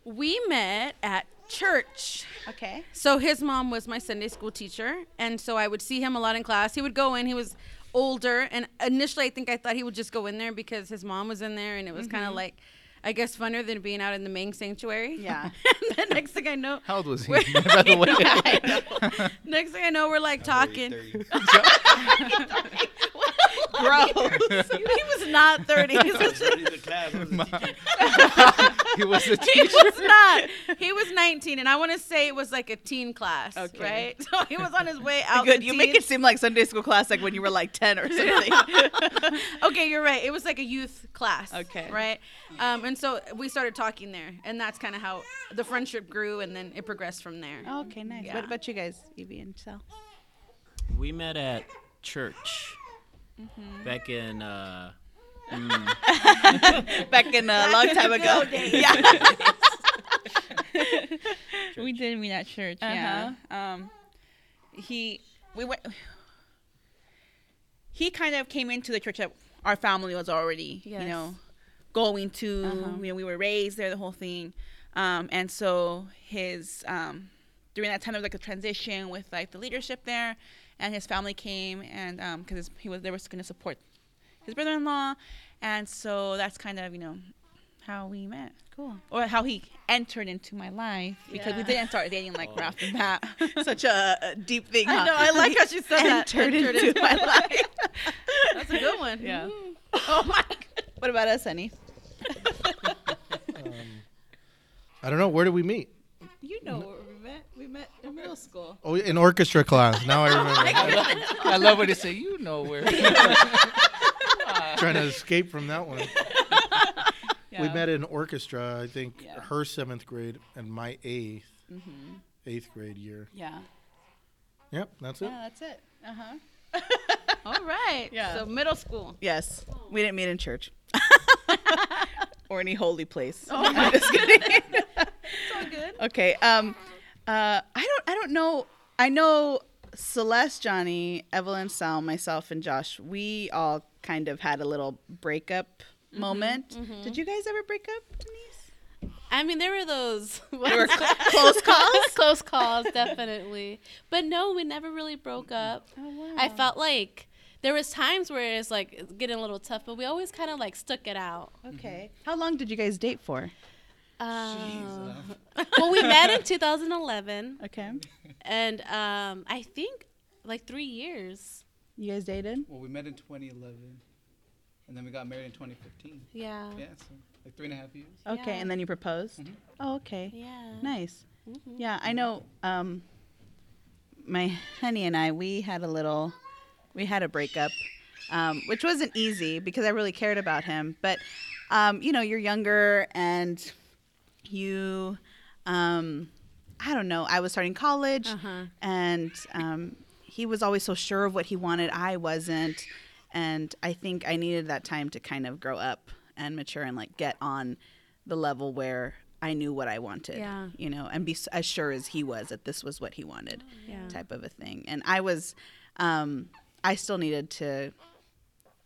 [SPEAKER 5] We met at church.
[SPEAKER 6] Okay.
[SPEAKER 5] So his mom was my Sunday school teacher, and so I would see him a lot in class. He would go in. He was older, and initially I think I thought he would just go in there because his mom was in there, and it was kind
[SPEAKER 6] Mm-hmm.
[SPEAKER 5] of like, I guess, funner than being out in the main sanctuary.
[SPEAKER 6] Yeah.
[SPEAKER 5] and then next thing I know,
[SPEAKER 2] How old was he? By the way,
[SPEAKER 5] next thing I know, we're like talking.
[SPEAKER 6] Gross.
[SPEAKER 5] he was not thirty. He was,
[SPEAKER 2] he was a
[SPEAKER 5] he
[SPEAKER 2] teacher.
[SPEAKER 5] was not. He was nineteen, and I want to say it was like a teen class,
[SPEAKER 6] Okay.
[SPEAKER 5] right? So he was on his way out.
[SPEAKER 6] Good.
[SPEAKER 5] the
[SPEAKER 6] You make
[SPEAKER 5] teen-
[SPEAKER 6] it seem like Sunday school class, like when you were like 10 or something.
[SPEAKER 5] okay, you're right. It was like a youth class.
[SPEAKER 6] Okay.
[SPEAKER 5] Right. Um, and so we started talking there, and that's kind of how the friendship grew, and then it progressed from there.
[SPEAKER 6] okay, nice.
[SPEAKER 5] Yeah.
[SPEAKER 6] What about you guys, Evie and Sal?
[SPEAKER 1] We met at church
[SPEAKER 6] Mm-hmm.
[SPEAKER 1] back in. Uh, mm,
[SPEAKER 6] Back in a long time ago. Yeah.
[SPEAKER 4] we did meet at church. Yeah. Um, he we went. He kind of came into the church that our family was already,
[SPEAKER 5] Yes. Uh-huh.
[SPEAKER 4] you know, going to. You know, we were raised there, the whole thing, um, and so his um, during that time there was like a transition with like the leadership there, and his family came and because he was they were going to support his brother-in-law, and so that's kind of you know how we met
[SPEAKER 6] Cool.
[SPEAKER 4] or how he entered into my life because we didn't start dating like right off the bat.
[SPEAKER 6] Such a a deep thing. Huh?
[SPEAKER 5] No, I like how she said that.
[SPEAKER 6] Entered into my life.
[SPEAKER 5] That's a good one.
[SPEAKER 6] Yeah. Oh my. God. What about us, honey?
[SPEAKER 3] I don't know. Where did we meet?
[SPEAKER 5] You know where we met? We met in middle school.
[SPEAKER 3] Oh, in orchestra class. Now I remember.
[SPEAKER 2] I love when they say you know where.
[SPEAKER 3] trying to escape from that one. We met in orchestra. I think her seventh grade and my 8th
[SPEAKER 5] Mm-hmm.
[SPEAKER 3] eighth grade year.
[SPEAKER 6] Yeah.
[SPEAKER 3] Yep, that's it.
[SPEAKER 6] that's it. Uh huh.
[SPEAKER 5] All right.
[SPEAKER 6] Yeah.
[SPEAKER 5] So middle school.
[SPEAKER 6] Yes. We didn't meet in church. or any holy place. I'm just kidding. it's all
[SPEAKER 5] good.
[SPEAKER 6] Okay. Um uh I don't I don't know I know Celeste, Johnny, Evelyn, Sal, myself, and Josh, we all kind of had a little breakup moment. Did you guys ever break up, Denise?
[SPEAKER 7] I mean, there were those
[SPEAKER 6] Or cl- close calls?
[SPEAKER 7] close calls, definitely. But no, we never really broke up. I felt like there was times where it's like it's getting a little tough, but we always kind of like stuck it out.
[SPEAKER 6] Okay. How long did you guys date for?
[SPEAKER 7] Uh, well, we met in 2011,
[SPEAKER 6] Okay.
[SPEAKER 7] and um, I think like three years.
[SPEAKER 6] You guys dated?
[SPEAKER 2] Well, we met in 2011, and then we got married in 2015.
[SPEAKER 7] Yeah.
[SPEAKER 6] Mm-hmm.
[SPEAKER 2] Yeah, so like three and a half years.
[SPEAKER 6] Okay,
[SPEAKER 7] Yeah.
[SPEAKER 6] and then you proposed? Oh, okay.
[SPEAKER 7] Yeah.
[SPEAKER 6] Nice. Yeah, I know. Um, my honey and I, we had a little, we had a breakup, um, which wasn't easy because I really cared about him. But um, you know, you're younger and you, um, I don't know. I was starting college,
[SPEAKER 7] Uh-huh.
[SPEAKER 6] and um, he was always so sure of what he wanted. I wasn't, and I think I needed that time to kind of grow up and mature and like get on the level where I knew what I wanted
[SPEAKER 7] Yeah.
[SPEAKER 6] you know, and be s- as sure as he was that this was what he wanted,
[SPEAKER 7] Yeah.
[SPEAKER 6] type of a thing. And I was, um, I still needed to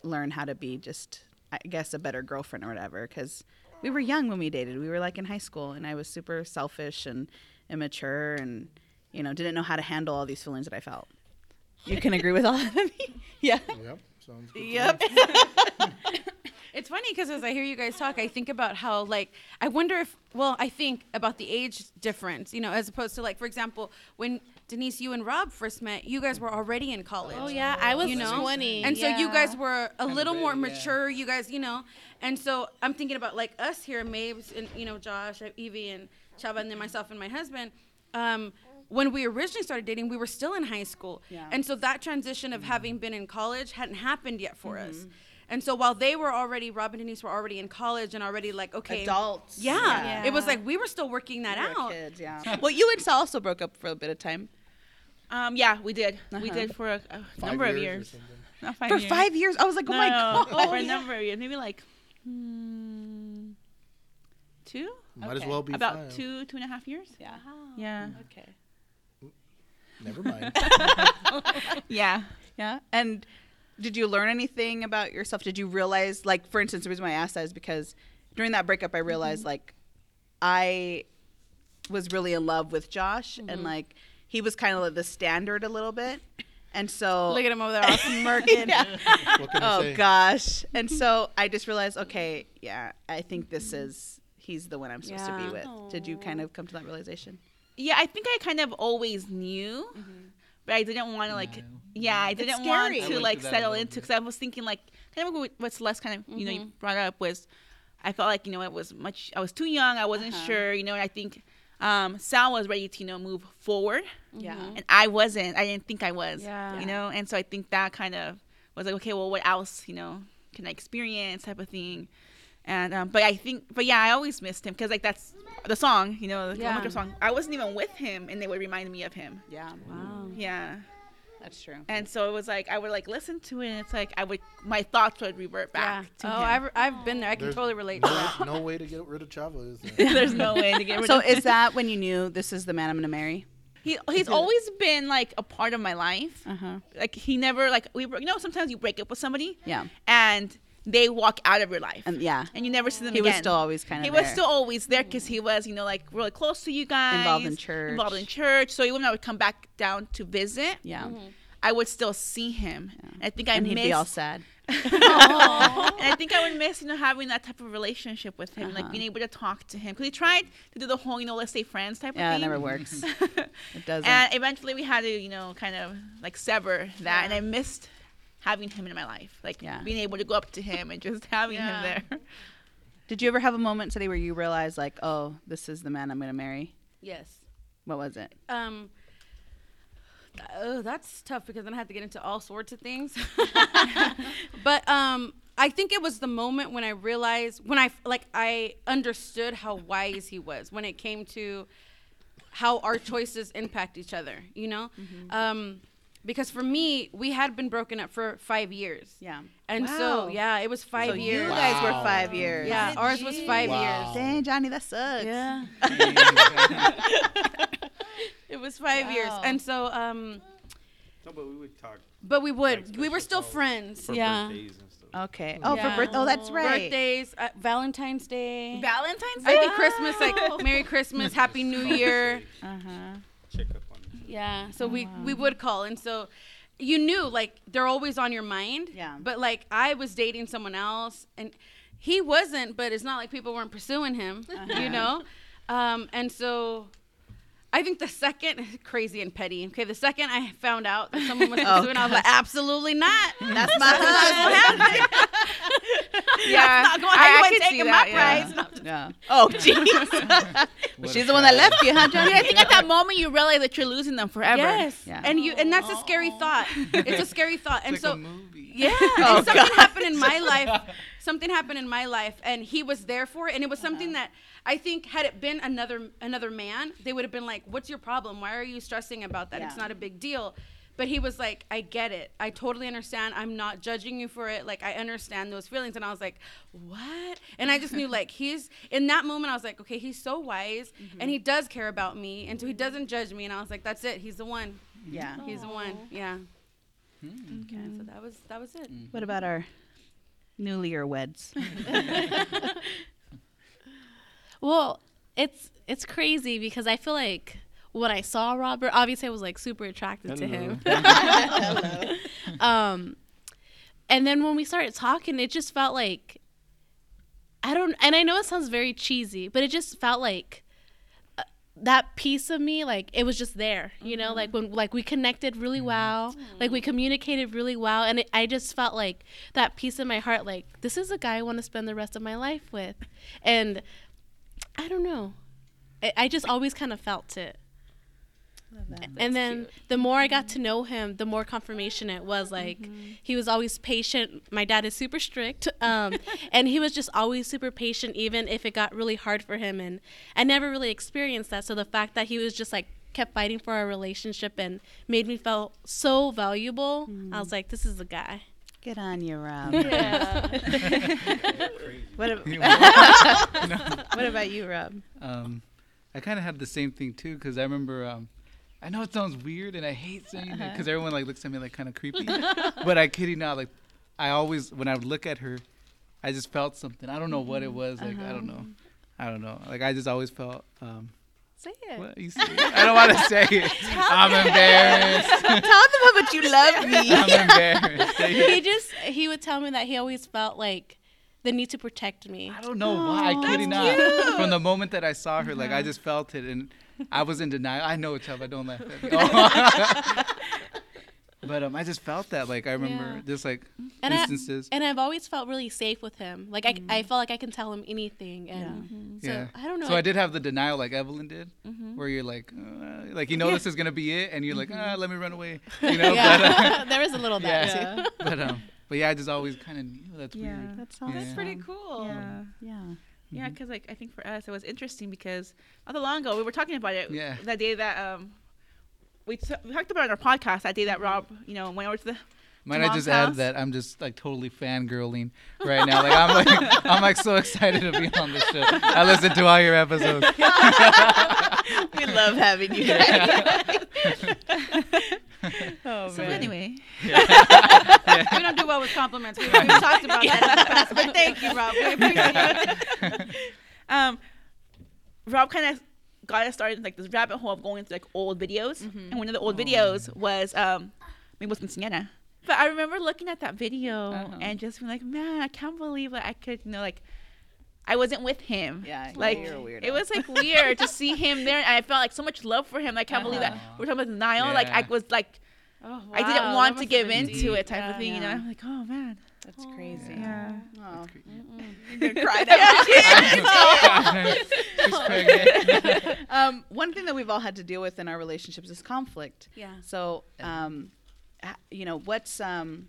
[SPEAKER 6] learn how to be just, I guess, a better girlfriend or whatever, because we were young when we dated. We were like in high school, and I was super selfish and immature, and you know didn't know how to handle all these feelings that I felt. You can agree with all of me, yeah.
[SPEAKER 9] Yep. Sounds good.
[SPEAKER 6] Yep.
[SPEAKER 5] It's funny because as I hear you guys talk, I think about how like I wonder if well I think about the age difference, you know, as opposed to like for example when Denise, you and Rob first met, you guys were already in college.
[SPEAKER 7] Oh yeah, I was
[SPEAKER 5] You know?
[SPEAKER 7] 20.
[SPEAKER 5] And so you
[SPEAKER 7] yeah.
[SPEAKER 5] guys were a little more
[SPEAKER 2] bit, yeah.
[SPEAKER 5] mature. You guys, you know, and so I'm thinking about like us here, Mabes and you know Josh, uh, Evie and Chava, and then myself and my husband. Um, when we originally started dating, we were still in high school,
[SPEAKER 6] Yeah.
[SPEAKER 5] and so that transition of having been in college hadn't happened yet for us.
[SPEAKER 6] Mm-hmm.
[SPEAKER 5] And so while they were already, Rob and Denise were already in college and already like okay,
[SPEAKER 6] Adults.
[SPEAKER 5] Yeah,
[SPEAKER 6] Yeah.
[SPEAKER 5] it was like we were still working that
[SPEAKER 6] We were
[SPEAKER 5] out.
[SPEAKER 6] Kids, yeah. well, you and Saul also broke up for a bit of time.
[SPEAKER 4] Um, yeah, we did. We
[SPEAKER 6] Uh-huh.
[SPEAKER 4] did for a, a
[SPEAKER 9] Five
[SPEAKER 4] number of
[SPEAKER 9] or
[SPEAKER 4] years.
[SPEAKER 9] something.
[SPEAKER 4] Not five
[SPEAKER 6] For
[SPEAKER 4] years.
[SPEAKER 6] five years, I was like, oh my
[SPEAKER 4] No,
[SPEAKER 6] god.
[SPEAKER 4] for a number of years, maybe like hmm, two.
[SPEAKER 9] Might as well be
[SPEAKER 4] about
[SPEAKER 9] five.
[SPEAKER 4] two, two and a half years.
[SPEAKER 6] Yeah.
[SPEAKER 4] Yeah,
[SPEAKER 7] Okay.
[SPEAKER 9] Never mind.
[SPEAKER 6] Yeah. Yeah. And did you learn anything about yourself? Did you realize, like, for instance, the reason why I asked that is because during that breakup, I realized, like, I was really in love with Josh, and like, he was kind of like the standard a little bit, and so
[SPEAKER 5] Look at him over there, all smirking.
[SPEAKER 6] yeah.
[SPEAKER 9] What can I
[SPEAKER 6] Oh
[SPEAKER 9] say?
[SPEAKER 6] gosh. And so I just realized, okay, yeah, I think this is he's the one I'm supposed to
[SPEAKER 5] Yeah.
[SPEAKER 6] be with. Did you kind of come to that realization?
[SPEAKER 4] yeah. I think I kind of always knew,
[SPEAKER 6] Mm-hmm.
[SPEAKER 4] but I didn't want to
[SPEAKER 9] Mm-hmm.
[SPEAKER 4] like. Yeah, I didn't want
[SPEAKER 7] scary. I
[SPEAKER 4] to
[SPEAKER 2] went
[SPEAKER 4] like
[SPEAKER 2] through that a
[SPEAKER 4] settle
[SPEAKER 2] little
[SPEAKER 4] into
[SPEAKER 2] bit.
[SPEAKER 4] because I was thinking like kind of what- what Celeste kind of you know
[SPEAKER 5] Mm-hmm.
[SPEAKER 4] you brought up was, I felt like you know it was much I was too young I wasn't
[SPEAKER 5] Uh-huh.
[SPEAKER 4] sure you know and I think. Um, Sal was ready to you know move forward,
[SPEAKER 6] Yeah.
[SPEAKER 4] and I wasn't. I didn't think I was.
[SPEAKER 5] Mm-hmm. Yeah.
[SPEAKER 4] You know, and so I think that kind of was like, okay, well, what else, you know, can I experience type of thing. And um, but I think, but yeah, I always missed him because like that's the song, you know, the
[SPEAKER 5] Yeah.
[SPEAKER 4] yeah. song. I wasn't even with him, and they would remind me of him.
[SPEAKER 6] Yeah.
[SPEAKER 5] Wow.
[SPEAKER 4] Yeah.
[SPEAKER 6] That's true.
[SPEAKER 4] And so it was like I would like listen to it, and it's like I would my thoughts would revert
[SPEAKER 5] Yeah.
[SPEAKER 4] back to
[SPEAKER 5] oh,
[SPEAKER 4] him.
[SPEAKER 5] I've, I've been there. I can
[SPEAKER 9] There's
[SPEAKER 5] totally relate to
[SPEAKER 9] No,
[SPEAKER 5] that.
[SPEAKER 9] no way to get rid of Chava, is there?
[SPEAKER 4] There's no way to get rid
[SPEAKER 6] So
[SPEAKER 4] of
[SPEAKER 6] is that when you knew this is the man I'm gonna marry?
[SPEAKER 4] he. He's always been like a part of my life.
[SPEAKER 6] huh.
[SPEAKER 4] Like he never like we you know sometimes you break up with somebody
[SPEAKER 6] Yeah.
[SPEAKER 4] and they walk out of your life
[SPEAKER 6] And yeah.
[SPEAKER 4] and you never see them
[SPEAKER 6] Um, He
[SPEAKER 4] again.
[SPEAKER 6] was still always kind of.
[SPEAKER 4] he was still always there because he was, you know, like really close to you guys,
[SPEAKER 6] Involved in
[SPEAKER 4] involved in
[SPEAKER 6] church.
[SPEAKER 4] church. So when I would come back down to visit,
[SPEAKER 6] Yeah.
[SPEAKER 4] I would still see him. And I think I
[SPEAKER 6] And he'd
[SPEAKER 4] missed.
[SPEAKER 6] be all sad.
[SPEAKER 4] and I think I would miss, you know, having that type of relationship with him, like
[SPEAKER 6] Uh-huh.
[SPEAKER 4] being able to talk to him. Because he tried to do the whole, you know, let's stay friends type
[SPEAKER 6] Yeah,
[SPEAKER 4] of
[SPEAKER 6] it
[SPEAKER 4] thing.
[SPEAKER 6] never works. It doesn't.
[SPEAKER 4] and eventually we had to, you know, kind of like sever that. And I missed having him in my life, like
[SPEAKER 6] Yeah.
[SPEAKER 4] being able to go up to him and just having
[SPEAKER 7] Yeah.
[SPEAKER 4] him there.
[SPEAKER 6] Did you ever have a moment today where you realized, like, oh, this is the man I'm gonna marry?
[SPEAKER 5] Yes.
[SPEAKER 6] What was it?
[SPEAKER 5] um th- oh that's tough because then i had to get into all sorts of things but um i think it was the moment when i realized when i like i understood how wise he was when it came to how our choices impact each other you know
[SPEAKER 6] Mm-hmm.
[SPEAKER 5] um because for me we had been broken up for five years
[SPEAKER 6] Yeah.
[SPEAKER 5] and
[SPEAKER 6] Wow.
[SPEAKER 5] so yeah it was five
[SPEAKER 6] So you
[SPEAKER 5] years
[SPEAKER 6] guys were
[SPEAKER 9] Wow.
[SPEAKER 6] five years.
[SPEAKER 5] yeah ours was five
[SPEAKER 9] Wow.
[SPEAKER 5] years
[SPEAKER 6] Dang, Johnny, that sucks.
[SPEAKER 5] yeah it was five years
[SPEAKER 6] Wow.
[SPEAKER 5] and so um
[SPEAKER 8] No, but we would talk
[SPEAKER 5] But we would.
[SPEAKER 8] Like
[SPEAKER 5] we were still
[SPEAKER 8] special
[SPEAKER 5] friends.
[SPEAKER 8] for
[SPEAKER 5] yeah.
[SPEAKER 8] birthdays and stuff.
[SPEAKER 6] Okay. Oh,
[SPEAKER 5] Yeah.
[SPEAKER 6] for birth. Oh, that's right.
[SPEAKER 5] Birthdays, uh, Valentine's Day.
[SPEAKER 4] Valentine's
[SPEAKER 5] I think Christmas, like Merry Christmas, Happy New Year.
[SPEAKER 6] Uh huh.
[SPEAKER 8] Check up on each
[SPEAKER 5] Yeah. So we
[SPEAKER 6] Oh,
[SPEAKER 5] we would call, and so you knew like they're always on your mind.
[SPEAKER 6] Yeah.
[SPEAKER 5] But like I was dating someone else, and he wasn't. But it's not like people weren't pursuing him.
[SPEAKER 6] Uh-huh.
[SPEAKER 5] You know. Um, and so. I think the second crazy and petty. Okay, the second I found out that someone
[SPEAKER 6] Oh,
[SPEAKER 5] was pursuing, I was like, absolutely not.
[SPEAKER 6] That's my husband.
[SPEAKER 4] yeah.
[SPEAKER 5] Not going-
[SPEAKER 4] I-
[SPEAKER 5] how you
[SPEAKER 4] I
[SPEAKER 5] gonna
[SPEAKER 4] could
[SPEAKER 5] take
[SPEAKER 4] see
[SPEAKER 5] him
[SPEAKER 4] that,
[SPEAKER 5] up,
[SPEAKER 4] yeah.
[SPEAKER 5] right?
[SPEAKER 6] Yeah. Oh, jeez. well, she's the one that left you, huh, Johnny?
[SPEAKER 4] I think at that moment you realize that you're losing them forever.
[SPEAKER 5] Yes.
[SPEAKER 6] Yeah.
[SPEAKER 5] And you and that's a scary thought. It's a scary thought. And
[SPEAKER 2] It's like
[SPEAKER 5] so
[SPEAKER 2] a movie.
[SPEAKER 5] yeah, and something happened in my life. Something happened in my life and he was there for it and it was something that I think had it been another another man, they would have been like, "What's your problem? Why are you stressing about that? It's
[SPEAKER 6] Yeah.
[SPEAKER 5] not a big deal." But he was like, "I get it. I totally understand. I'm not judging you for it. Like I understand those feelings." And I was like, "What?" And I just knew like he's in that moment I was like, "Okay, he's so wise and he does care about me and so he doesn't judge me." And I was like, "That's it. He's the one."
[SPEAKER 6] Yeah.
[SPEAKER 5] He's the one. Yeah. Okay, so that was that was it.
[SPEAKER 6] What about our newly weds?
[SPEAKER 7] Well, it's it's crazy because I feel like when I saw Robert, obviously I was like super attracted to him. um, and then when we started talking, it just felt like I don't. And I know it sounds very cheesy, but it just felt like uh, that piece of me like it was just there you know like when like we connected really well like we communicated really well and it, i just felt like that piece in my heart like this is a guy i want to spend the rest of my life with and I don't know. I, I just always kind of felt it. and then the more I got to know him, the more confirmation it was. Like he was always patient. My dad is super strict, um, and he was just always super patient, even if it got really hard for him. And I never really experienced that. So the fact that he was just like kept fighting for our relationship and made me feel so valuable, I was like, this is the guy.
[SPEAKER 6] Good on um, you, Rob. what, ab- what about you, Rob?
[SPEAKER 2] Um, I kind of had the same thing too because I remember. Um, I know it sounds weird and I hate saying it
[SPEAKER 6] Uh-huh.
[SPEAKER 2] because everyone like looks at me like kind of creepy, but I kid you not. Like, I always when I would look at her, I just felt something. I don't know what it
[SPEAKER 6] Mm-hmm.
[SPEAKER 2] was. Like I
[SPEAKER 6] Uh-huh.
[SPEAKER 2] don't know. I don't know. Like I just always felt. Um,
[SPEAKER 7] Say it.
[SPEAKER 2] what you say? I don't want to say it. I'm embarrassed.
[SPEAKER 6] Tell them how much you love me.
[SPEAKER 2] I'm embarrassed. Say it.
[SPEAKER 7] he just he would tell me that he always felt like the need to protect me.
[SPEAKER 2] I don't know why. I kid you not. From the moment that I saw her,
[SPEAKER 7] Uh-huh.
[SPEAKER 2] like I just felt it, and I was in denial. I know it's tough. I don't laugh. At me. but um, I just felt that. Like I remember
[SPEAKER 7] Yeah.
[SPEAKER 2] just like
[SPEAKER 7] And I-
[SPEAKER 2] instances.
[SPEAKER 7] And I've always felt really safe with him. Like I, I felt like I can tell him anything. And Mm-hmm. so
[SPEAKER 2] Mm. Yeah.
[SPEAKER 7] I don't know.
[SPEAKER 2] so I did have the denial, like Evelyn did, where you're like, uh, like you know this is gonna be it, and you're like, ah, let me run away, you know.
[SPEAKER 7] Mm-hmm. yeah. there is a little of
[SPEAKER 2] But, uh,
[SPEAKER 7] that
[SPEAKER 2] yeah. but um, but yeah, I just always kind of knew that's weird.
[SPEAKER 6] That's awesome.
[SPEAKER 2] That's
[SPEAKER 4] pretty cool.
[SPEAKER 6] Yeah. Yeah.
[SPEAKER 4] Yeah, because like I think for us it was interesting because not that long ago we were talking about it.
[SPEAKER 2] Yeah.
[SPEAKER 4] That day that um we, t- we talked about it on our podcast that day that Rob you know went over to the
[SPEAKER 2] Might
[SPEAKER 4] to
[SPEAKER 2] I just
[SPEAKER 4] mom's
[SPEAKER 2] add
[SPEAKER 4] house?
[SPEAKER 2] that I'm just like totally fangirling right now. Like I'm like I'm like so excited to be on this show. I listened to all your episodes.
[SPEAKER 6] We love having you.
[SPEAKER 4] oh, so
[SPEAKER 2] man.
[SPEAKER 4] anyway
[SPEAKER 5] we don't do well with compliments. We-
[SPEAKER 4] we talked about that in the past but thank you Rob we appreciate it. um, Rob kind of got us started in, like this rabbit hole of going through like old videos and one of the old videos was um I mean, it wasn't Sienna. But I remember looking at that video
[SPEAKER 6] Uh-huh.
[SPEAKER 4] and just being like, man, I can't believe that I could, you know, like, I wasn't with him.
[SPEAKER 6] Yeah,
[SPEAKER 4] like
[SPEAKER 6] you're a weirdo.
[SPEAKER 4] it was like weird to see him there, and I felt like so much love for him. I can't believe that we're talking about Niall. Like I
[SPEAKER 2] Yeah.
[SPEAKER 4] was like, I
[SPEAKER 7] Oh, Uh-huh. wow,
[SPEAKER 4] didn't
[SPEAKER 7] that
[SPEAKER 4] want to
[SPEAKER 7] must've
[SPEAKER 4] give
[SPEAKER 7] been
[SPEAKER 4] in to
[SPEAKER 7] deep.
[SPEAKER 4] it type of thing. You know,
[SPEAKER 6] Yeah.
[SPEAKER 4] I'm like, oh man,
[SPEAKER 6] That's crazy.
[SPEAKER 4] yeah.
[SPEAKER 6] Oh.
[SPEAKER 2] She's pregnant.
[SPEAKER 6] Um, one thing that we've all had to deal with in our relationships is conflict.
[SPEAKER 5] Yeah.
[SPEAKER 6] So, um, h- you know, what's um,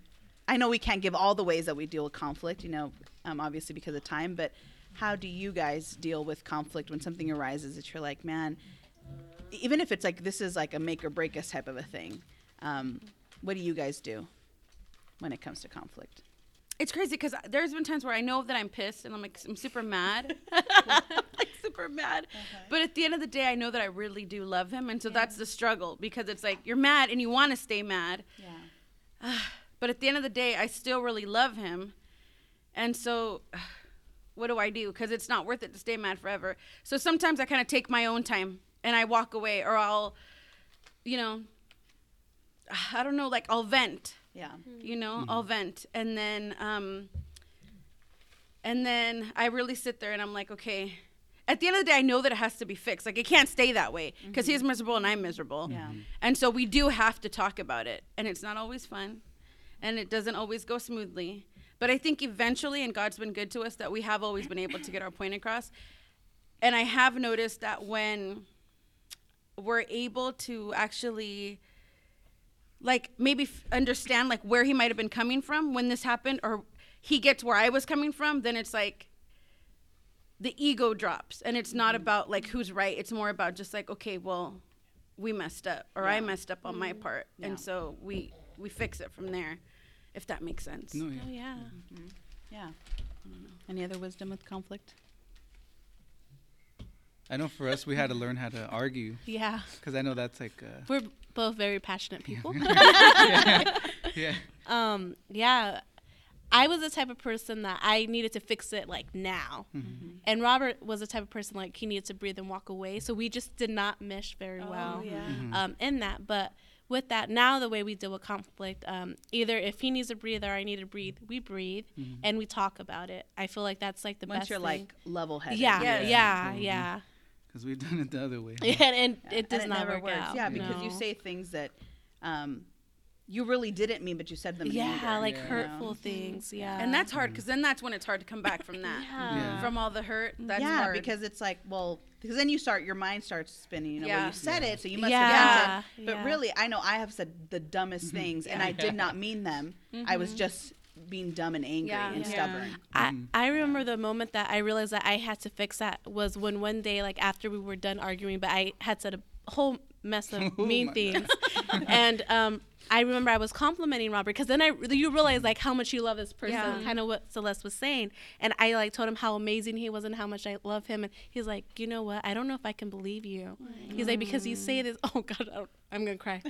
[SPEAKER 6] I know we can't give all the ways that we deal with conflict. You know, um, obviously because of time, but how do you guys deal with conflict when something arises that you're like, man, even if it's like this is like a make or break us type of a thing, um, what do you guys do when it comes to conflict?
[SPEAKER 5] It's crazy because there's been times where I know that I'm pissed and I'm like I'm super mad, like super mad. But at the end of the day, I know that I really do love him, and so that's the struggle because it's like you're mad and you want to stay mad,
[SPEAKER 6] Yeah.
[SPEAKER 5] but at the end of the day, I still really love him, and so what do I do? Because it's not worth it to stay mad forever. So sometimes I kind of take my own time and I walk away, or I'll, you know, I don't know, like I'll vent
[SPEAKER 6] Yeah.
[SPEAKER 5] you know i'll vent and then um and then i really sit there and i'm like okay at the end of the day i know that it has to be fixed like it can't stay that way because he's miserable and i'm miserable
[SPEAKER 6] Yeah. Mhm.
[SPEAKER 5] and so we do have to talk about it and it's not always fun and it doesn't always go smoothly but i think eventually and god's been good to us that we have always been able to get our point across and i have noticed that when we're able to actually like maybe f- understand like where he might have been coming from when this happened or he gets where i was coming from then it's like the ego drops and it's
[SPEAKER 6] Mm-hmm.
[SPEAKER 5] not about like who's right it's more about just like okay well we messed up or i messed up on my part
[SPEAKER 6] Mm-hmm. Yeah.
[SPEAKER 5] and so we we fix it from there if that makes sense
[SPEAKER 2] No, yeah.
[SPEAKER 7] Oh, yeah.
[SPEAKER 6] Yeah. Any other wisdom with conflict?
[SPEAKER 2] I know for us, we had to learn how to argue
[SPEAKER 7] Yeah.
[SPEAKER 2] because I know that's like, uh,
[SPEAKER 7] We're both very passionate people.
[SPEAKER 2] yeah,
[SPEAKER 7] um, yeah. I was the type of person that I needed to fix it like now.
[SPEAKER 2] Mm-hmm.
[SPEAKER 7] And Robert was the type of person like he needed to breathe and walk away. So we just did not mesh very well
[SPEAKER 2] Mm-hmm.
[SPEAKER 7] um, in that. But with that, now the way we deal with conflict, um, either if he needs to breathe or I need to breathe, we breathe and we talk about it. I feel like that's like the
[SPEAKER 6] Once
[SPEAKER 7] best.
[SPEAKER 6] you're
[SPEAKER 7] thing.
[SPEAKER 6] like level headed.
[SPEAKER 7] yeah, yeah,
[SPEAKER 2] Yeah,
[SPEAKER 7] yeah,
[SPEAKER 2] totally.
[SPEAKER 7] yeah.
[SPEAKER 2] because we've done it the other way.
[SPEAKER 7] and, and it does
[SPEAKER 6] and it
[SPEAKER 7] not
[SPEAKER 6] never
[SPEAKER 7] work
[SPEAKER 6] works.
[SPEAKER 7] out.
[SPEAKER 6] Yeah, because you
[SPEAKER 7] no.
[SPEAKER 6] say things that um, you really didn't mean, but you said them. in
[SPEAKER 7] yeah,
[SPEAKER 6] anger,
[SPEAKER 7] like
[SPEAKER 6] you know?
[SPEAKER 7] hurtful things. Yeah,
[SPEAKER 5] And that's hard because then that's when it's hard to come back from that.
[SPEAKER 2] Yeah.
[SPEAKER 5] From all the hurt. That's
[SPEAKER 6] yeah,
[SPEAKER 5] hard.
[SPEAKER 6] because it's like, well, because then you start, your mind starts spinning. You know, well,
[SPEAKER 5] Yeah.
[SPEAKER 6] you said it, so you must
[SPEAKER 7] Yeah.
[SPEAKER 6] have meant it. But
[SPEAKER 7] Yeah.
[SPEAKER 6] really, I know I have said the dumbest things, and I did not mean them. I
[SPEAKER 7] Mm-hmm.
[SPEAKER 6] was just being dumb and angry
[SPEAKER 5] Yeah.
[SPEAKER 6] and
[SPEAKER 5] Yeah.
[SPEAKER 6] stubborn.
[SPEAKER 7] I,
[SPEAKER 2] Mm.
[SPEAKER 7] I remember the moment that I realized that I had to fix that was when one day, like after we were done arguing, but I had said a whole mess of
[SPEAKER 2] Oh
[SPEAKER 7] mean
[SPEAKER 2] my
[SPEAKER 7] things, and um, I remember I was complimenting Robert because then I you realize like how much you love this person,
[SPEAKER 5] Yeah.
[SPEAKER 7] kind of what Celeste was saying, and I like told him how amazing he was and how much I love him, and he's like, you know what, I don't know if I can believe you. He's like because you say this, oh God, I don't- I'm gonna cry.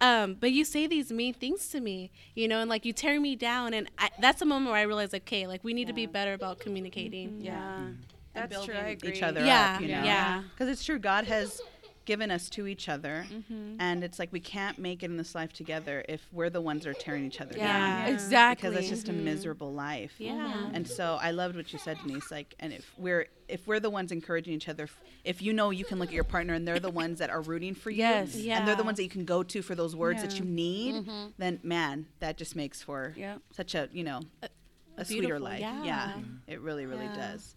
[SPEAKER 7] um, but you say these mean things to me, you know, and like you tear me down, and I, that's a moment where I realized, okay, like we need to be better about
[SPEAKER 5] Mm-hmm.
[SPEAKER 7] communicating.
[SPEAKER 5] yeah.
[SPEAKER 6] and
[SPEAKER 5] That's true.
[SPEAKER 6] building
[SPEAKER 5] I agree.
[SPEAKER 6] each other
[SPEAKER 7] Yeah,
[SPEAKER 6] up. You know?
[SPEAKER 7] yeah.
[SPEAKER 6] Because it's true. God has given us to each other,
[SPEAKER 5] Mm-hmm.
[SPEAKER 6] and it's like we can't make it in this life together if we're the ones that are tearing each other down.
[SPEAKER 5] Yeah. Mm-hmm.
[SPEAKER 6] Because
[SPEAKER 5] Exactly.
[SPEAKER 6] that's just a miserable life.
[SPEAKER 7] Yeah.
[SPEAKER 6] And so I loved what you said, Denise. Like, and if we're if we're the ones encouraging each other, if- if you know you can look at your partner and they're the ones that are rooting for you,
[SPEAKER 5] Yes. Mm-hmm.
[SPEAKER 6] and they're
[SPEAKER 7] Yeah.
[SPEAKER 6] the ones that you can go to for those words that you need, then man, that just makes for
[SPEAKER 5] Yep.
[SPEAKER 6] such a you know a, sweeter
[SPEAKER 7] beautiful-
[SPEAKER 6] life.
[SPEAKER 7] yeah.
[SPEAKER 6] it really really
[SPEAKER 7] Yeah.
[SPEAKER 6] does.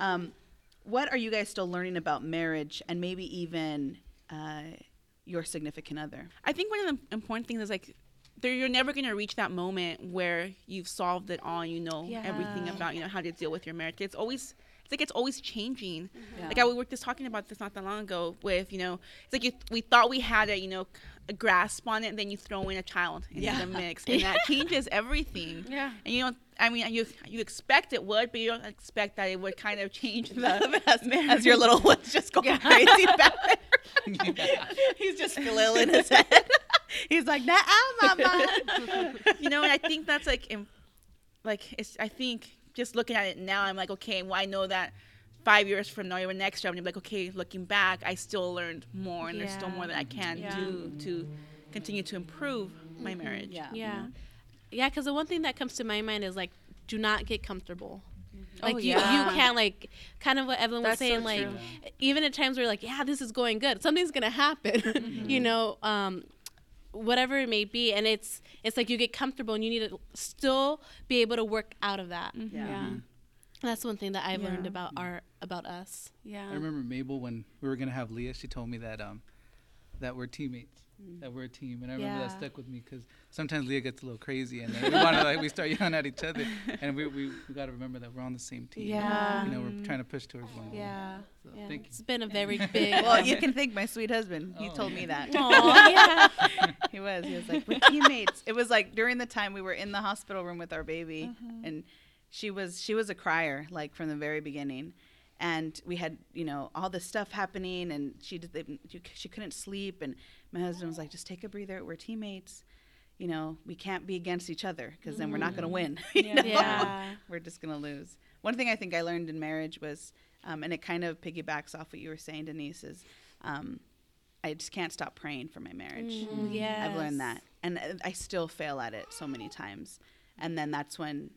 [SPEAKER 6] Um, what are you guys still learning about marriage and maybe even uh, your significant other?
[SPEAKER 4] I think one of the important things is like there you're never gonna reach that moment where you've solved it all and you know everything
[SPEAKER 7] Yeah.
[SPEAKER 4] about you know how to deal with your marriage. It's always it's like it's always changing. Like I, we were just talking about this not that long ago with you know it's like you, we thought we had a you know a grasp on it and then you throw in a child into the mix and that changes everything.
[SPEAKER 5] Yeah.
[SPEAKER 4] And you don't. I mean, you you expect it would, but you don't expect that it would kind of change the as, as your little one's just going crazy back there. He's just flailing his head.
[SPEAKER 6] He's like, nah, mama.
[SPEAKER 4] you know, and I think that's like, im- like it's. I think just looking at it now, I'm like, okay, well, I know that five years from now, your next job, and I'm like, okay, looking back, I still learned more, and there's still more that I can
[SPEAKER 5] Yeah. Mm-hmm.
[SPEAKER 4] do to continue to improve my marriage.
[SPEAKER 6] yeah.
[SPEAKER 7] Yeah. Yeah, because the one thing that comes to my mind is like, do not get comfortable.
[SPEAKER 5] Oh,
[SPEAKER 7] Like you,
[SPEAKER 5] yeah.
[SPEAKER 7] you can't like kind of what Evelyn
[SPEAKER 5] That's so
[SPEAKER 7] was saying. like
[SPEAKER 5] true.
[SPEAKER 7] even at times where like, yeah, this is going good. Something's gonna happen.
[SPEAKER 5] Mm-hmm.
[SPEAKER 7] you know, um, whatever it may be, and it's it's like you get comfortable and you need to still be able to work out of that.
[SPEAKER 5] Yeah.
[SPEAKER 7] That's one thing that I've learned
[SPEAKER 5] Mm. Yeah.
[SPEAKER 7] about our about us.
[SPEAKER 5] Yeah.
[SPEAKER 2] I remember Mabel when we were gonna have Leah. She told me that um, that we're teammates, that we're a team, and I remember that
[SPEAKER 7] Mm. Yeah.
[SPEAKER 2] stuck with me because sometimes Leah gets a little crazy, and then we want to like we start yelling at each other, and we we, we got to remember that we're on the same team.
[SPEAKER 5] Yeah.
[SPEAKER 2] You know, we're trying to push towards one another.
[SPEAKER 7] Mm. Yeah.
[SPEAKER 2] So,
[SPEAKER 7] yeah.
[SPEAKER 2] Thank you.
[SPEAKER 7] It's been a very big.
[SPEAKER 6] Well, you can thank my sweet husband. He
[SPEAKER 2] Oh.
[SPEAKER 6] told me that.
[SPEAKER 7] Aw, yeah.
[SPEAKER 6] He was. He was like, we're teammates. It was like during the time we were in the hospital room with our baby,
[SPEAKER 7] Mm-hmm.
[SPEAKER 6] and she was she was a crier like from the very beginning, and we had you know all this stuff happening, and she did they, she couldn't sleep, and my husband was like, just take a breather. We're teammates. You know, we can't be against each other because then we're not going to win. you know?
[SPEAKER 7] Mm. Yeah.
[SPEAKER 6] we're just going to lose. One thing I think I learned in marriage was, um, and it kind of piggybacks off what you were saying, Denise, is um, I just can't stop praying for my marriage.
[SPEAKER 7] Mm, Yeah.
[SPEAKER 6] I've learned that. And uh, I- I still fail at it so many times. And then that's when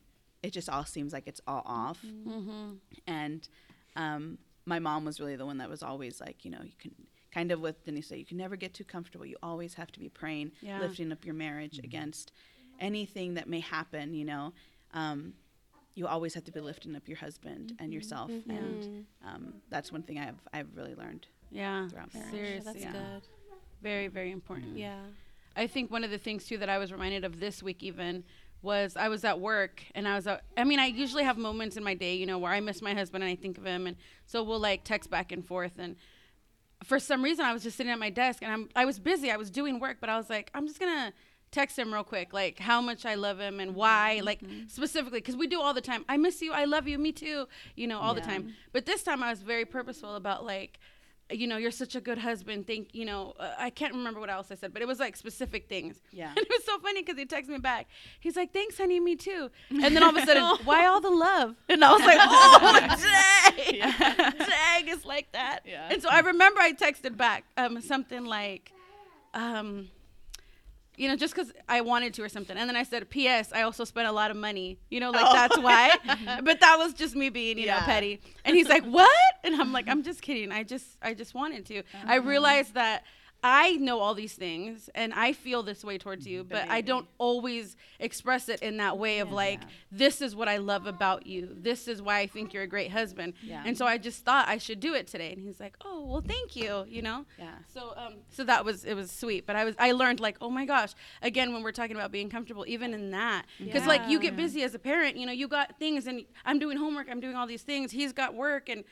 [SPEAKER 6] it just all seems like it's all off.
[SPEAKER 5] Mm-hmm.
[SPEAKER 6] And um, my mom was really the one that was always like, you know, you can kind of with Denise, you can never get too comfortable. You always have to be praying,
[SPEAKER 5] Yeah.
[SPEAKER 6] lifting up your marriage against anything that may happen, you know. Um, you always have to be lifting up your husband and yourself. And um, that's one thing I've, I've really learned.
[SPEAKER 5] Yeah.
[SPEAKER 6] Throughout marriage.
[SPEAKER 5] Seriously.
[SPEAKER 7] That's
[SPEAKER 6] Yeah.
[SPEAKER 7] good.
[SPEAKER 5] Very, very important.
[SPEAKER 7] Yeah.
[SPEAKER 5] I think one of the things too that I was reminded of this week even was I was at work and I was out. I mean, I usually have moments in my day, you know, where I miss my husband and I think of him, and so we'll like text back and forth. And for some reason, I was just sitting at my desk and I'm I was busy. I was doing work, but I was like, I'm just gonna text him real quick, like how much I love him and why, like specifically, because we do all the time. I miss you. I love you. Me too. You know, all the time. But this time, I was very purposeful about like you know, you're such a good husband. Think, you know, uh, I can't remember what else I said, but it was like specific things.
[SPEAKER 6] Yeah.
[SPEAKER 5] And it was so funny because he texted me back. He's like, thanks, honey, me too. And then all of a sudden, why all the love? And I was like, oh, dang. Dang, it's like that.
[SPEAKER 6] Yeah.
[SPEAKER 5] And so I remember I texted back um, something like, um, you know, just because I wanted to or something. And then I said, P.S. I also spent a lot of money. You know, like
[SPEAKER 6] Oh.
[SPEAKER 5] that's why. but that was just me being, you know,
[SPEAKER 6] Yeah.
[SPEAKER 5] petty. And he's like, What? And I'm like, I'm just kidding. I just, I just wanted to. I
[SPEAKER 6] Uh-huh.
[SPEAKER 5] realized that I know all these things and I feel this way towards you, but I don't always express it in that way of like, this is what I love about you. This is why I think you're a great husband.
[SPEAKER 6] Yeah.
[SPEAKER 5] And so I just thought I should do it today. And he's like, Oh, well, thank you. You know.
[SPEAKER 6] Yeah.
[SPEAKER 5] So um so that was it was sweet, but I was I learned like oh my gosh again when we're talking about being comfortable even in that because like you get busy as a parent you know you got things and I'm doing homework I'm doing all these things he's got work and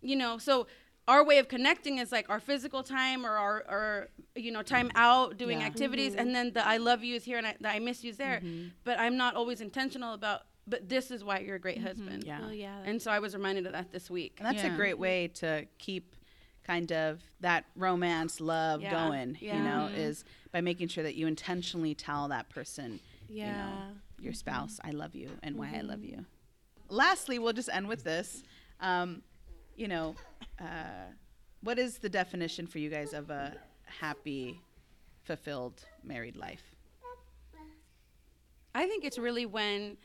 [SPEAKER 5] you know so our way of connecting is like our physical time or our or you know time out doing
[SPEAKER 6] Mm. Yeah. Mm-hmm.
[SPEAKER 5] activities and then the I love you is here and I, the I miss you is there but I'm not always intentional about but this is why you're a great husband
[SPEAKER 6] Mm-hmm. Yeah.
[SPEAKER 7] Oh yeah.
[SPEAKER 5] and so I was reminded of that this week
[SPEAKER 6] And that's a
[SPEAKER 7] Yeah.
[SPEAKER 6] great way to keep kind of that romance love
[SPEAKER 5] Yeah.
[SPEAKER 6] going,
[SPEAKER 5] Yeah.
[SPEAKER 6] you know, is by making sure that you intentionally tell that person, you
[SPEAKER 7] Yeah.
[SPEAKER 6] know, your spouse, I love you and why I love you. Lastly, we'll just end with this. Um, you know, uh, what is the definition for you guys of a happy, fulfilled married life?
[SPEAKER 5] I think it's really when,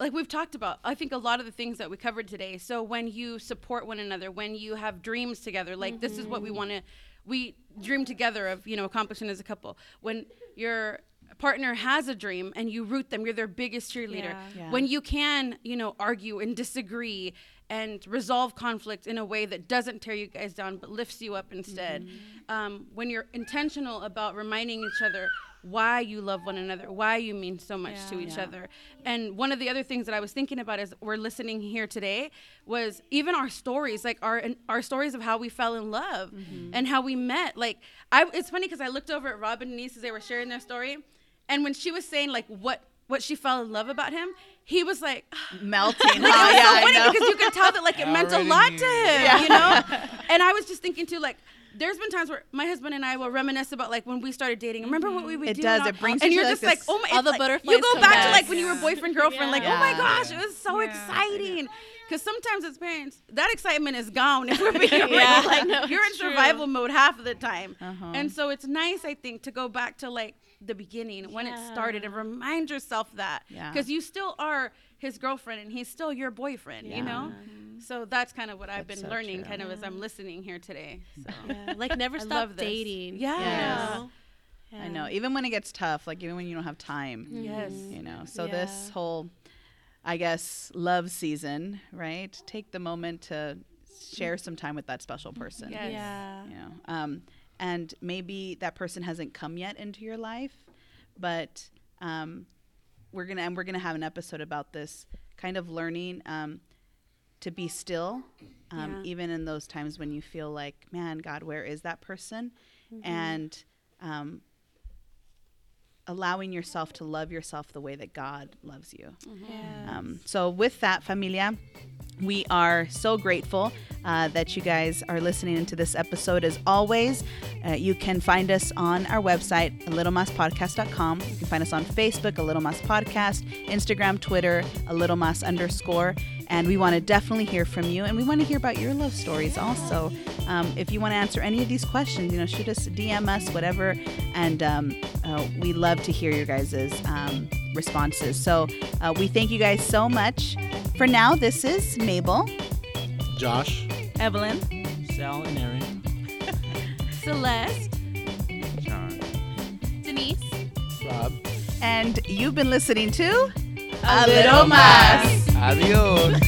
[SPEAKER 5] like we've talked about, I think a lot of the things that we covered today. So when you support one another, when you have dreams together, like this is what we want to, we dream together of, you know, accomplishing as a couple. When your partner has a dream and you root them, you're their biggest cheerleader.
[SPEAKER 7] Yeah.
[SPEAKER 6] Yeah.
[SPEAKER 5] When you can, you know, argue and disagree and resolve conflict in a way that doesn't tear you guys down but lifts you up instead. Um, when you're intentional about reminding each other why you love one another, why you mean so much to each other. And one of the other things that I was thinking about as we're listening here today was even our stories, like our our stories of how we fell in love
[SPEAKER 6] Mm-hmm.
[SPEAKER 5] and how we met. Like I, it's funny because I looked over at Rob and Denise as they were sharing their story, and when she was saying like what what she fell in love about him, he was like.
[SPEAKER 6] Melting. huh?
[SPEAKER 5] Like, it was
[SPEAKER 6] Oh, yeah,
[SPEAKER 5] so
[SPEAKER 6] I
[SPEAKER 5] funny
[SPEAKER 6] know.
[SPEAKER 5] because you could tell that like it meant a
[SPEAKER 2] Already
[SPEAKER 5] lot to
[SPEAKER 2] knew.
[SPEAKER 5] him, you know. And I was just thinking too, like there's been times where my husband and I will reminisce about like when we started dating. Remember what we would
[SPEAKER 6] Mm-hmm. It
[SPEAKER 5] do?
[SPEAKER 6] does.
[SPEAKER 5] and all-
[SPEAKER 6] It brings
[SPEAKER 5] and
[SPEAKER 6] you
[SPEAKER 5] you're
[SPEAKER 6] to, like,
[SPEAKER 5] just like,
[SPEAKER 6] this-
[SPEAKER 5] oh my,
[SPEAKER 7] all
[SPEAKER 5] it's
[SPEAKER 7] the
[SPEAKER 5] like-
[SPEAKER 7] butterflies
[SPEAKER 5] You go
[SPEAKER 7] come
[SPEAKER 5] back to
[SPEAKER 7] back.
[SPEAKER 5] like when you were boyfriend girlfriend, like oh my
[SPEAKER 6] Yeah.
[SPEAKER 5] gosh, it was so exciting. Because sometimes as parents, that excitement is gone if we're being real.
[SPEAKER 7] Yeah.
[SPEAKER 5] Like
[SPEAKER 7] No,
[SPEAKER 5] you're in
[SPEAKER 7] it's true.
[SPEAKER 5] survival mode half of the time,
[SPEAKER 6] Uh-huh.
[SPEAKER 5] and so it's nice I think to go back to like the beginning when it started and remind yourself that
[SPEAKER 6] Yeah.
[SPEAKER 5] because you still are his girlfriend and he's still your boyfriend you
[SPEAKER 6] Yeah.
[SPEAKER 5] know so that's kind of what i've
[SPEAKER 6] That's
[SPEAKER 5] been
[SPEAKER 6] so
[SPEAKER 5] learning
[SPEAKER 6] true.
[SPEAKER 5] kind of as i'm listening here today so
[SPEAKER 7] Yeah. Like never
[SPEAKER 5] I
[SPEAKER 7] stop
[SPEAKER 5] love this.
[SPEAKER 7] dating. you
[SPEAKER 5] yeah
[SPEAKER 6] Yes.
[SPEAKER 7] know? Yeah.
[SPEAKER 6] I know. Even when it gets tough, like even when you don't have time.
[SPEAKER 5] yes
[SPEAKER 6] you know so
[SPEAKER 7] Yeah.
[SPEAKER 6] this whole i guess love season right take the moment to share some time with that special person
[SPEAKER 5] Yes.
[SPEAKER 7] Yeah.
[SPEAKER 6] you know um, and maybe that person hasn't come yet into your life but um, we're gonna and we're gonna have an episode about this kind of learning um, to be still um,
[SPEAKER 5] Yeah.
[SPEAKER 6] even in those times when you feel like man god where is that person and um, allowing yourself to love yourself the way that god loves you um, so, with that, familia, we are so grateful uh, that you guys are listening into this episode. As always, uh, you can find us on our website, a little mas podcast.com. You can find us on Facebook, a little mas podcast, Instagram, Twitter, a little mas underscore. And we want to definitely hear from you, and we want to hear about your love stories also. Um, if you want to answer any of these questions, you know, shoot us, DM us, whatever, and um, uh, we love to hear your guys's um, responses. So uh, we thank you guys so much. For now, this is Mabel,
[SPEAKER 9] Josh.
[SPEAKER 6] Evelyn,
[SPEAKER 1] Sal and Aaron.
[SPEAKER 5] celeste
[SPEAKER 8] John.
[SPEAKER 7] Denise.
[SPEAKER 9] Rob.
[SPEAKER 6] and you've been listening to
[SPEAKER 7] A Little Mas.
[SPEAKER 2] Adios.